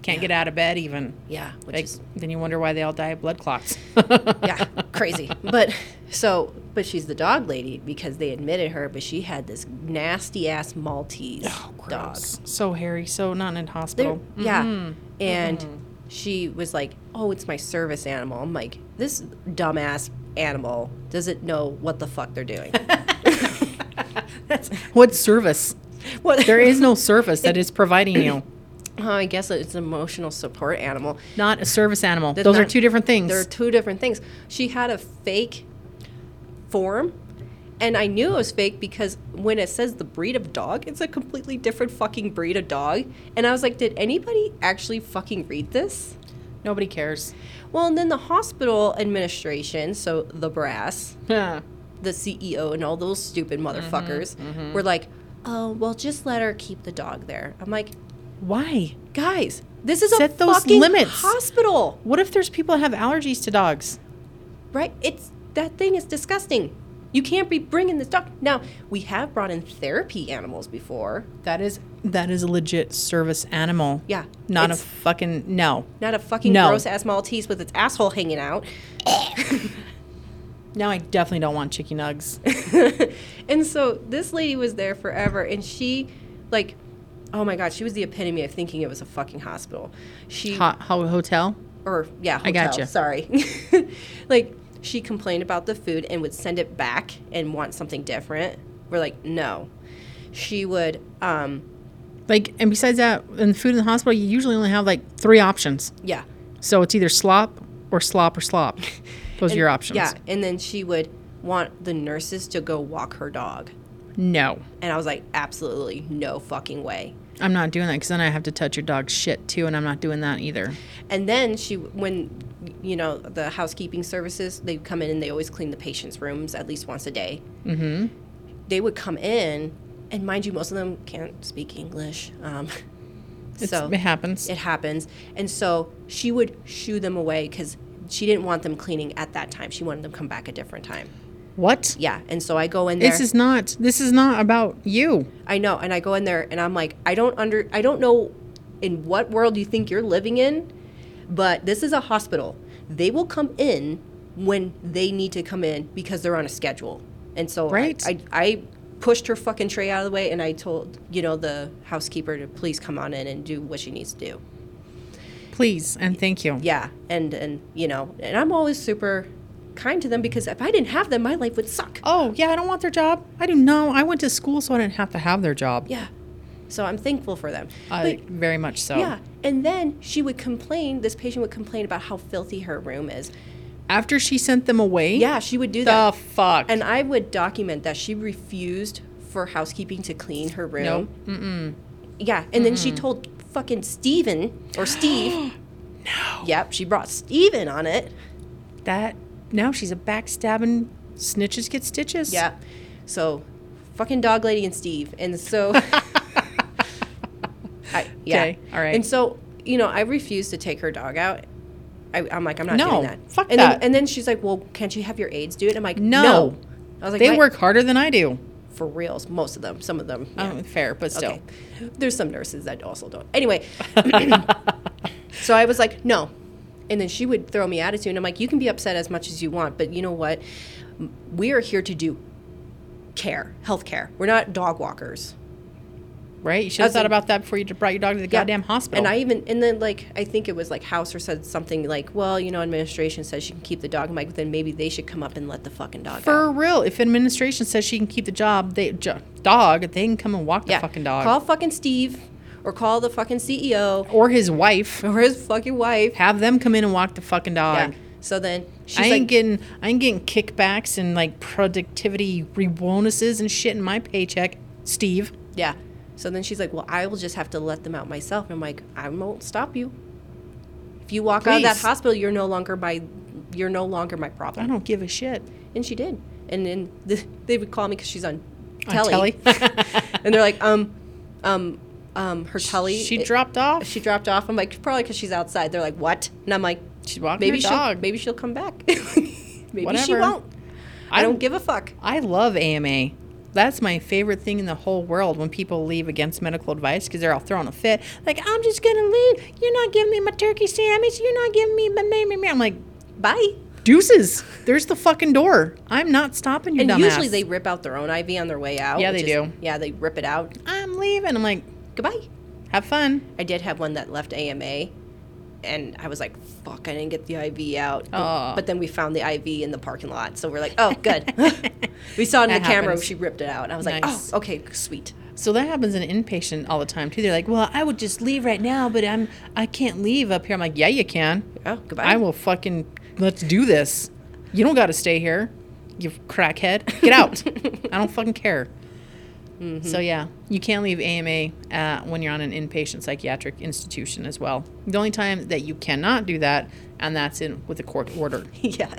S2: Can't get out of bed even.
S3: yeah, which
S2: Like,
S3: is
S2: then you wonder why they all die of blood clots.
S3: yeah, crazy. But so, but she's the dog lady because they admitted her, but she had this nasty ass Maltese dog.
S2: Gross. So hairy, so not in
S3: They're-
S2: hospital.
S3: Yeah, and she was like, "Oh, it's my service animal." I'm like, "This dumbass animal doesn't know what the fuck they're doing."
S2: What service?
S3: what
S2: There is no service that is providing you.
S3: Uh, I guess it's an emotional support animal.
S2: Not a service animal.
S3: That's
S2: Those are
S3: not-
S2: two different things.
S3: There are two different things. She had a fake form, and I knew it was fake because when it says the breed of dog, it's a completely different fucking breed of dog. And I was like, did anybody actually fucking read this?
S2: Nobody cares.
S3: Well, and then the hospital administration, so the brass,
S2: Yeah.
S3: the CEO, and all those stupid
S2: Mm-hmm,
S3: motherfuckers were like, oh, well, just let her keep the dog there. I'm like,
S2: Why?
S3: guys, this is a
S2: Set those
S3: fucking
S2: limits.
S3: hospital,
S2: What if there's people that have allergies to dogs?
S3: right? It's that thing is disgusting. You can't be bringing this dog. Now we have brought in therapy animals before.
S2: That is that is a legit service animal.
S3: Yeah,
S2: Not a
S3: it's-
S2: fucking no.
S3: Not a fucking
S2: No.
S3: gross ass Maltese with its asshole hanging out.
S2: Now I definitely don't want chicky nugs.
S3: and so this lady was there forever and she like oh my god she was the epitome of thinking it was a fucking hospital she
S2: Hot ho- hotel.
S3: or yeah hotel,
S2: gotcha.
S3: sorry like she complained about the food and would send it back and want something different we're like no she would um
S2: Like and besides that, in the food in the hospital, you usually only have like three options.
S3: yeah
S2: So it's either slop or slop or slop. Those are your options.
S3: yeah and then she would want the nurses to go walk her dog
S2: No.
S3: and i was like absolutely no fucking way
S2: I'm not doing that because then I have to touch your dog's shit too, and I'm not doing that either.
S3: And then she, when you know the housekeeping services, they come in and they always clean the patients' rooms at least once a day. Mm-hmm. They would come in, and mind you, most of them can't speak English, um,
S2: It's,
S3: so
S2: it happens.
S3: it happens. And so she would shoo them away because she didn't want them cleaning at that time. She wanted them to come back a different time.
S2: what?
S3: Yeah, and so I go in there.
S2: This is not. This is not about you.
S3: I know, and I go in there and I'm like, I don't under I don't know in what world you think you're living in, but this is a hospital. They will come in when they need to come in because they're on a schedule. And so I-
S2: Right.
S3: I, I pushed her fucking tray out of the way and I told, you know, the housekeeper to please come on in and do what she needs to do.
S2: Please and thank you.
S3: Yeah. And and you know, and I'm always super kind to them because if I didn't have them, my life would suck.
S2: Oh yeah, I don't want their job. I do not. I went to school, so I didn't have to have their job.
S3: Yeah. So I'm thankful for them.
S2: I
S3: But-
S2: very much so.
S3: Yeah, and then she would complain. This patient would complain about how filthy her room is.
S2: After she sent them away.
S3: Yeah, she would do
S2: The
S3: that.
S2: fuck.
S3: And I would document that she refused for housekeeping to clean her room.
S2: Nope.
S3: Yeah, and then she told fucking Steven or Steve. no. Yep, she brought Steven on it.
S2: that now she's a backstabbing. Snitches get stitches.
S3: Yeah. So, fucking dog lady and Steve. And so I, yeah.
S2: Okay, all right.
S3: And so, you know, I refused to take her dog out. I, I'm like, I'm not
S2: No,
S3: doing that.
S2: fuck
S3: and
S2: that.
S3: Then, and then she's like, well, can't you have your aides do it? I'm like,
S2: No.
S3: no. I was like,
S2: They
S3: "My-
S2: work harder than I do.
S3: for reals. Most of them. Some of them. yeah.
S2: Oh, fair, but still.
S3: Okay. There's some nurses that also don't. Anyway, so I was like, no. And then she would throw me attitude. And I'm like, you can be upset as much as you want, but you know what? M- We are here to do care, health care. We're not dog walkers.
S2: Right? You should have
S3: As
S2: thought
S3: in-
S2: about that before you brought your dog to the
S3: Yeah.
S2: goddamn hospital.
S3: And I even, and then like, I think it was like Hauser said something like, well, you know, administration says she can keep the dog. I'm like, then maybe they should come up and let the fucking dog out.
S2: For real, if administration says she can keep the job, they jo- dog, they can come and walk the
S3: Yeah.
S2: fucking dog
S3: Call fucking Steve or call the fucking CEO
S2: or his wife.
S3: or his fucking wife.
S2: Have them come in and walk the fucking
S3: Yeah.
S2: dog.
S3: So then she's
S2: I ain't
S3: like,
S2: getting I ain't getting kickbacks and like productivity re bonuses and shit in my paycheck, Steve.
S3: Yeah. So then she's like, "Well, I will just have to let them out myself." And I'm like, "I won't stop you. If you walk out of that
S2: Please.
S3: hospital, you're no longer my you're no longer my
S2: I
S3: problem."
S2: don't give a shit.
S3: And she did. And then th they would call me because she's on
S2: On
S3: telly, and they're like, "Um, um, um, her telly."
S2: she
S3: it-
S2: dropped off.
S3: She dropped off. I'm like, probably because she's outside. They're like, "What?" And I'm like,
S2: She's walking
S3: "Maybe
S2: her
S3: she'll
S2: dog.
S3: maybe she'll come back. maybe she
S2: Whatever.
S3: won't. I
S2: I'm-
S3: don't give a fuck."
S2: I love AMA. That's my favorite thing in the whole world when people leave against medical advice because they're all throwing a fit. Like, I'm just going to leave. You're not giving me my turkey sandwich. You're not giving me my. my- my- my." I'm like,
S3: Bye.
S2: deuces. There's the fucking door. I'm not stopping you,
S3: And
S2: dumbass.
S3: usually they rip out their own IV on their way out.
S2: Yeah,
S3: which
S2: they
S3: is-
S2: do.
S3: Yeah, they rip it out.
S2: I'm leaving. I'm like,
S3: Goodbye.
S2: have fun.
S3: I did have one that left AMA and I was like, "Fuck, I didn't get the IV out."
S2: Oh.
S3: But then we found the IV in the parking lot, so we're like, "Oh, good." we saw it in
S2: That
S3: the camera.
S2: happens.
S3: She ripped it out, and I was
S2: Nice.
S3: like, "Oh, okay, sweet."
S2: So that happens in inpatient all the time too. They're like, "Well, I would just leave right now, but I'm I can't leave up here." I'm like, "Yeah, you can.
S3: Oh, goodbye.
S2: I will fucking let's do this. You don't got to stay here. You crackhead, get out. I don't fucking care."
S3: Mm-hmm.
S2: So yeah, you can't leave AMA uh, when you're on an inpatient psychiatric institution as well. The only time that you cannot do that, and that's in with a court order.
S3: yeah.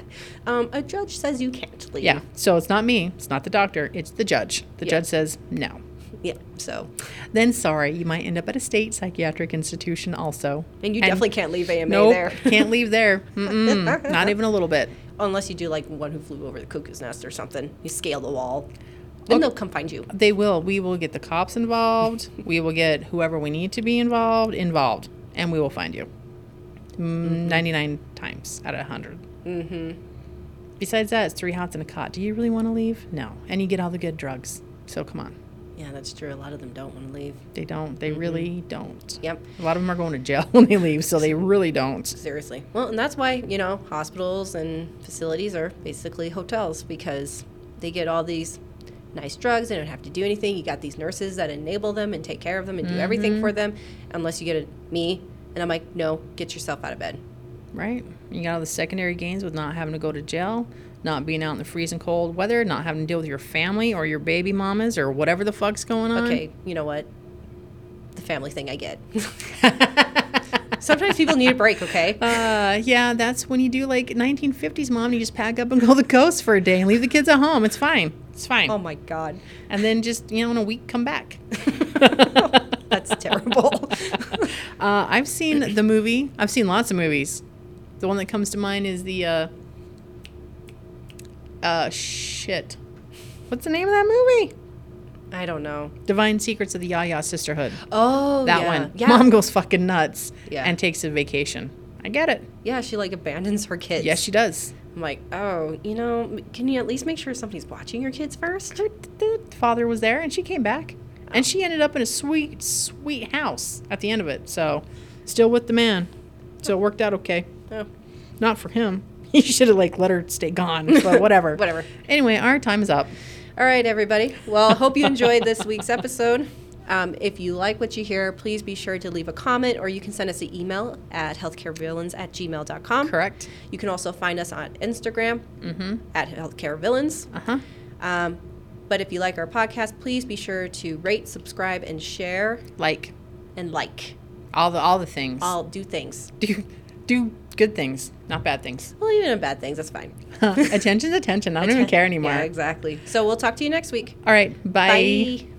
S3: Um, a judge says you can't leave.
S2: Yeah. So it's not me. It's not the doctor. It's the judge. The
S3: Yeah.
S2: judge says no.
S3: Yeah. So,
S2: Then sorry, you might end up at a state psychiatric institution also.
S3: and you definitely can't leave AMA
S2: nope,
S3: there
S2: can't leave there. Mm-mm, not even a little bit.
S3: unless you do like one who flew over the cuckoo's nest or something. You scale the wall, then
S2: Okay.
S3: they'll come find you.
S2: They will. We will get the cops involved. we will get whoever we need to be involved involved, and we will find you.
S3: Mm-hmm.
S2: Mm, Ninety-nine times out of hundred. Mm-hmm. Besides that, it's three hots and a cot. Do you really want to leave? No. And you get all the good drugs. So come on.
S3: Yeah, that's true. A lot of them don't want to leave.
S2: They don't. They really don't.
S3: Mm-hmm. Yep.
S2: A lot of them are going to jail when they leave, so they really don't.
S3: Seriously. Well, and that's why, you know, hospitals and facilities are basically hotels because they get all these nice drugs. They don't have to do anything. You got these nurses that enable them and take care of them and do
S2: Mm-hmm.
S3: everything for them, unless you get a me. And I'm like, no, get yourself out of bed.
S2: Right. You got all the secondary gains with not having to go to jail, not being out in the freezing cold weather, not having to deal with your family or your baby mamas or whatever the fuck's going on.
S3: Okay, you know what? The family thing I get. Sometimes people need a break, okay?
S2: Uh, yeah, that's when you do like 1950s mom. You just pack up and go to the coast for a day and leave the kids at home. It's fine. It's fine.
S3: Oh my God.
S2: and then just you know in a week come back.
S3: That's terrible.
S2: Uh, I've seen the movie. I've seen lots of movies. The one that comes to mind is the uh, uh shit. What's the name of that movie?
S3: I don't know.
S2: Divine Secrets of the Yaya Sisterhood.
S3: Oh,
S2: That
S3: yeah.
S2: one.
S3: Yeah.
S2: Mom goes fucking nuts
S3: Yeah.
S2: and takes a vacation. I get it.
S3: yeah, she like abandons her kids.
S2: yes, she does.
S3: I'm like, oh, you know, m- can you at least make sure somebody's watching your kids first?
S2: Her the father was there and she came back. And she ended up in a sweet, sweet house at the end of it. So, still with the man. So it worked out okay.
S3: Oh,
S2: Not for him. He should have like let her stay gone, but whatever.
S3: whatever.
S2: Anyway, our time is up.
S3: All right, everybody. Well, I hope you enjoyed this week's episode. Um, if you like what you hear, please be sure to leave a comment or you can send us an email at healthcarevillains at gmail.com.
S2: Correct.
S3: You can also find us on Instagram
S2: Mm-hmm.
S3: at healthcarevillains.
S2: Uh huh.
S3: Um, but if you like our podcast, please be sure to rate, subscribe, and share
S2: Like
S3: and like.
S2: all the all the things.
S3: I'll do things.
S2: do do good things, not bad things.
S3: Well, even in bad things, that's fine.
S2: Attention's attention. I don't even care anymore.
S3: Yeah, exactly. So we'll talk to you next week.
S2: All right. Bye.
S3: Bye.